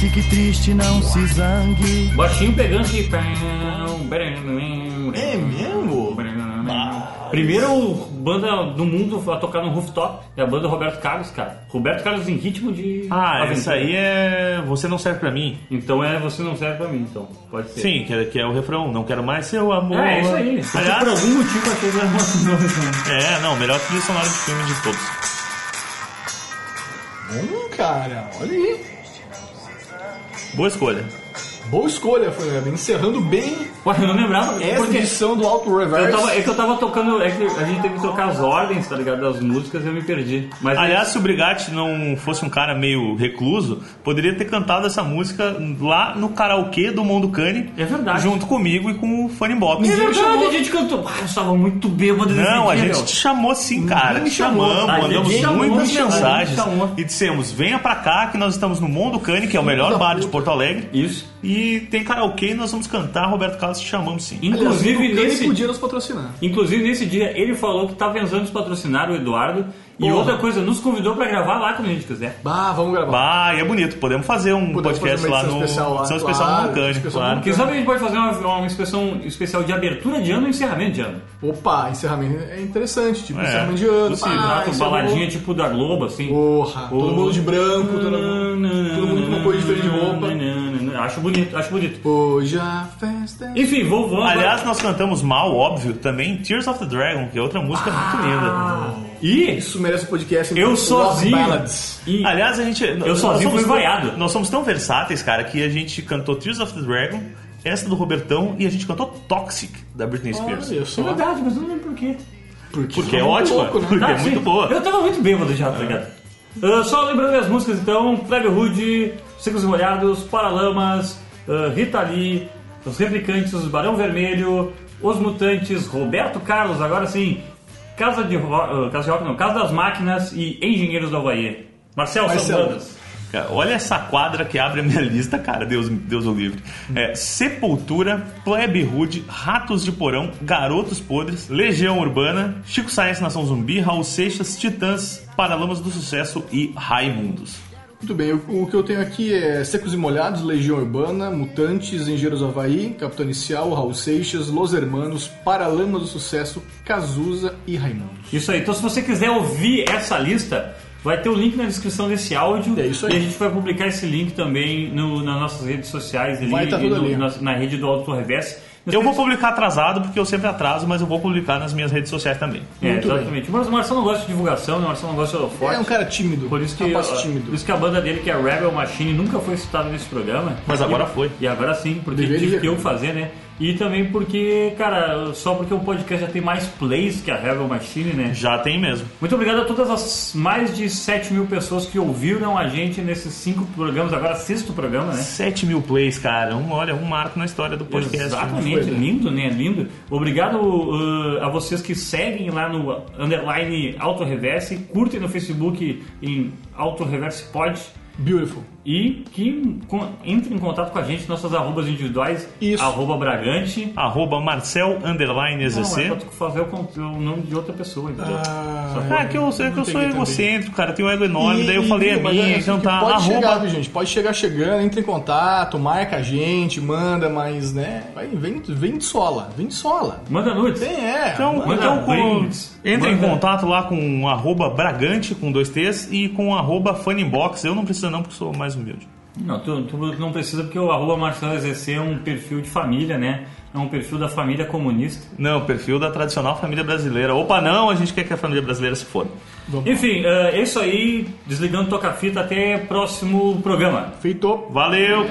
J: Fique triste, não se zangue.
A: Baixinho pegante e.
C: É mesmo?
A: Primeiro banda do mundo a tocar no rooftop é a banda Roberto Carlos, cara. Roberto Carlos em ritmo de.
B: Ah,
A: aventura.
B: isso aí é. Você não serve pra mim.
A: Então é Você Não Serve Pra Mim, então. Pode ser.
B: Sim, que é, que é o refrão. Não quero mais seu amor.
A: É, isso aí. Porque por
B: Aliás,
A: algum motivo achei que era uma-
B: é, não, melhor trilha sonora de filme de todos.
C: Bom, cara, olha aí.
B: Boa escolha.
C: Boa escolha, Fernando. Encerrando bem
A: Pô, eu não lembrava.
C: essa
A: porque
C: edição do Auto Reverse.
A: eu tava, é que eu tava tocando. É que a gente teve que tocar as ordens, tá ligado? Das músicas e eu me perdi. Mas é,
B: Aliás, se o Brigatti não fosse um cara meio recluso, poderia ter cantado essa música lá no karaokê do Mundo Cane.
A: É verdade.
B: Junto comigo e com o Funny Bob.
A: é verdade, a gente cantou. Ah, eu estava muito bêbado nesse
B: Não, a
A: dia,
B: gente
A: meu.
B: te chamou sim, cara.
A: me
B: Te
A: chamou.
B: chamamos,
A: A gente
B: mandamos
A: chamou,
B: muitas
A: a gente
B: mensagens.
A: chamou.
B: E dissemos: venha pra cá que nós estamos no Mundo Cane, que é o melhor bar de Porto Alegre.
A: Isso.
B: E tem karaokê e nós vamos cantar Roberto Carlos te chamamos sim.
A: Inclusive
C: Ele
A: nesse,
C: podia nos patrocinar.
A: inclusive nesse dia ele falou que tá pensando em patrocinar o Eduardo. E
C: Porra.
A: outra coisa, nos convidou pra gravar lá quando a gente quiser.
C: Bah, vamos gravar.
B: Ah, e é bonito, podemos fazer um
C: Podemos
B: podcast
C: fazer uma
B: lá
C: edição
B: no.
C: especial lá,
B: edição
C: claro,
B: especial no Mundo Cane,
C: especial
B: claro.
C: do
A: Quem sabe a gente pode fazer uma, uma inspeção especial de abertura de ano e encerramento de ano.
C: Opa, encerramento é interessante. Tipo,
B: É,
C: encerramento de ano.
B: possível.
C: pá,
A: Exato,
C: encerrou.
A: baladinha tipo da Globo, assim.
C: Porra, todo mundo de branco, todo
A: Hum.
C: mundo, todo mundo com uma cor diferente de roupa.
A: Acho bonito, acho bonito.
C: Hoje a festa. é-
A: Enfim, vou, vou agora.
B: Aliás, nós cantamos mal, óbvio, também Tears of the Dragon, que é outra música muito linda.
A: E
C: Isso merece um podcast. então,
A: eu
C: Love
A: sozinho.
C: Ballads.
A: E-
B: Aliás, a gente. nós
A: sozinho fui
B: somos tão-
A: vaiado.
B: Nós somos tão versáteis, cara, que a gente cantou Tears of the Dragon, essa do Robertão e a gente cantou Toxic da Britney Spears.
C: Olha
A: É
C: só.
A: verdade, mas eu não lembro por quê.
B: Porque é ótima,
C: louco, né?
B: porque
A: Tá,
B: é muito
A: sim.
B: boa. É.
A: Eu tava muito bêbado já, tá ligado? Ah, só lembrando as músicas então: Plebe Rude, Ciclos e Molhados, Paralamas, ah, Rita Lee, Os Replicantes, Os Barão Vermelho, Os Mutantes, Roberto Carlos, agora sim, Casa de, Ro- ah, Casa de Rock, não, Casa das Máquinas e Engenheiros do Havaí. Marcel, são
C: Marcelo.
A: bandas.
B: Cara, É, olha essa quadra que abre a minha lista, cara, Deus, Deus o livre. É, Sepultura, Plebe Rude, Ratos de Porão, Garotos Podres, Legião Urbana, Chico Sainz Nação Zumbi, Raul Seixas, Titãs, Paralamas do Sucesso e Raimundos.
C: Muito bem, o, o que eu tenho aqui é Secos e Molhados, Legião Urbana, Mutantes, Engenheiros do Havaí, Capitão Inicial, Raul Seixas, Los Hermanos, Paralama do Sucesso, Cazuza e Raimundo.
A: Isso aí. Então, se você quiser ouvir essa lista, vai ter o link na descrição desse áudio.
C: É isso aí.
A: E a gente vai publicar esse link também no- nas nossas redes sociais ali,
C: Vai tá
A: e
C: tudo
A: no-
C: ali.
A: Na, na rede do Auto Reverse.
B: Eu vou publicar atrasado, porque eu sempre atraso, mas eu vou publicar nas minhas redes sociais também.
A: É,
C: Muito bem.
A: exatamente. Mas o Marcelo não gosta de divulgação, né? o Marcelo não gosta de forte.
C: É um cara tímido,
A: Por isso que,
C: rapaz
A: por
C: tímido.
A: isso que a banda dele, que é Rebel Machine, nunca foi citada nesse programa.
B: Mas agora
A: E-
B: foi.
A: E agora sim, porque
C: Deveria.
A: tive que eu fazer, né? E também porque, cara, só porque o podcast já tem mais plays que a Rebel Machine, né?
B: Já tem mesmo.
A: Muito obrigado a todas as mais de 7 mil pessoas que ouviram a gente nesses cinco programas, agora sexto programa, né?
B: 7 mil plays, cara. Um, olha, um marco na história do podcast. né?
A: Exatamente, lindo, né? Lindo. Obrigado uh, a vocês que seguem lá no underline Auto Reverse, curtem no Facebook em Auto Reverse Pod
C: Beautiful.
A: e que con- entrem em contato com a gente, nossas arrobas individuais,
C: Isso.
A: arroba Bragante.
B: Arroba Marcel Underline
A: Não, é pra
B: EZC.
A: tu fazer o, con- o nome de outra pessoa, entendeu?
B: Ah, que eu, sei que
C: tem
B: eu sou
C: que entender.
B: egocêntrico, cara. Tenho um ego enorme,
C: E-
B: daí eu
C: e,
B: falei a
C: mas
B: minha,
C: assim
B: então
C: que
B: tá.
C: Pode chegar,
B: Arroba.
C: viu, gente? Pode chegar chegando, entra em contato, marca a gente, manda, mas, né? Vai, vem, vem de sola, vem de sola.
A: Manda nudes.
C: Tem, é.
B: Então,
C: manda.
B: então com,
A: brinde.
B: entra em
A: Manda.
B: contato lá com arroba Bragante com dois T's e com arroba Funinbox. Eu não preciso, não, porque sou mais humilde.
A: Não, tu, tu não precisa porque o arroba Marcelo EZC é um perfil de família, né? É um perfil da família comunista.
B: Não, perfil da tradicional família brasileira. Opa, não, a gente quer que a família brasileira se for.
A: Enfim, eh, é isso aí. Desligando toca-fita. Até próximo programa.
C: Feito.
B: Valeu!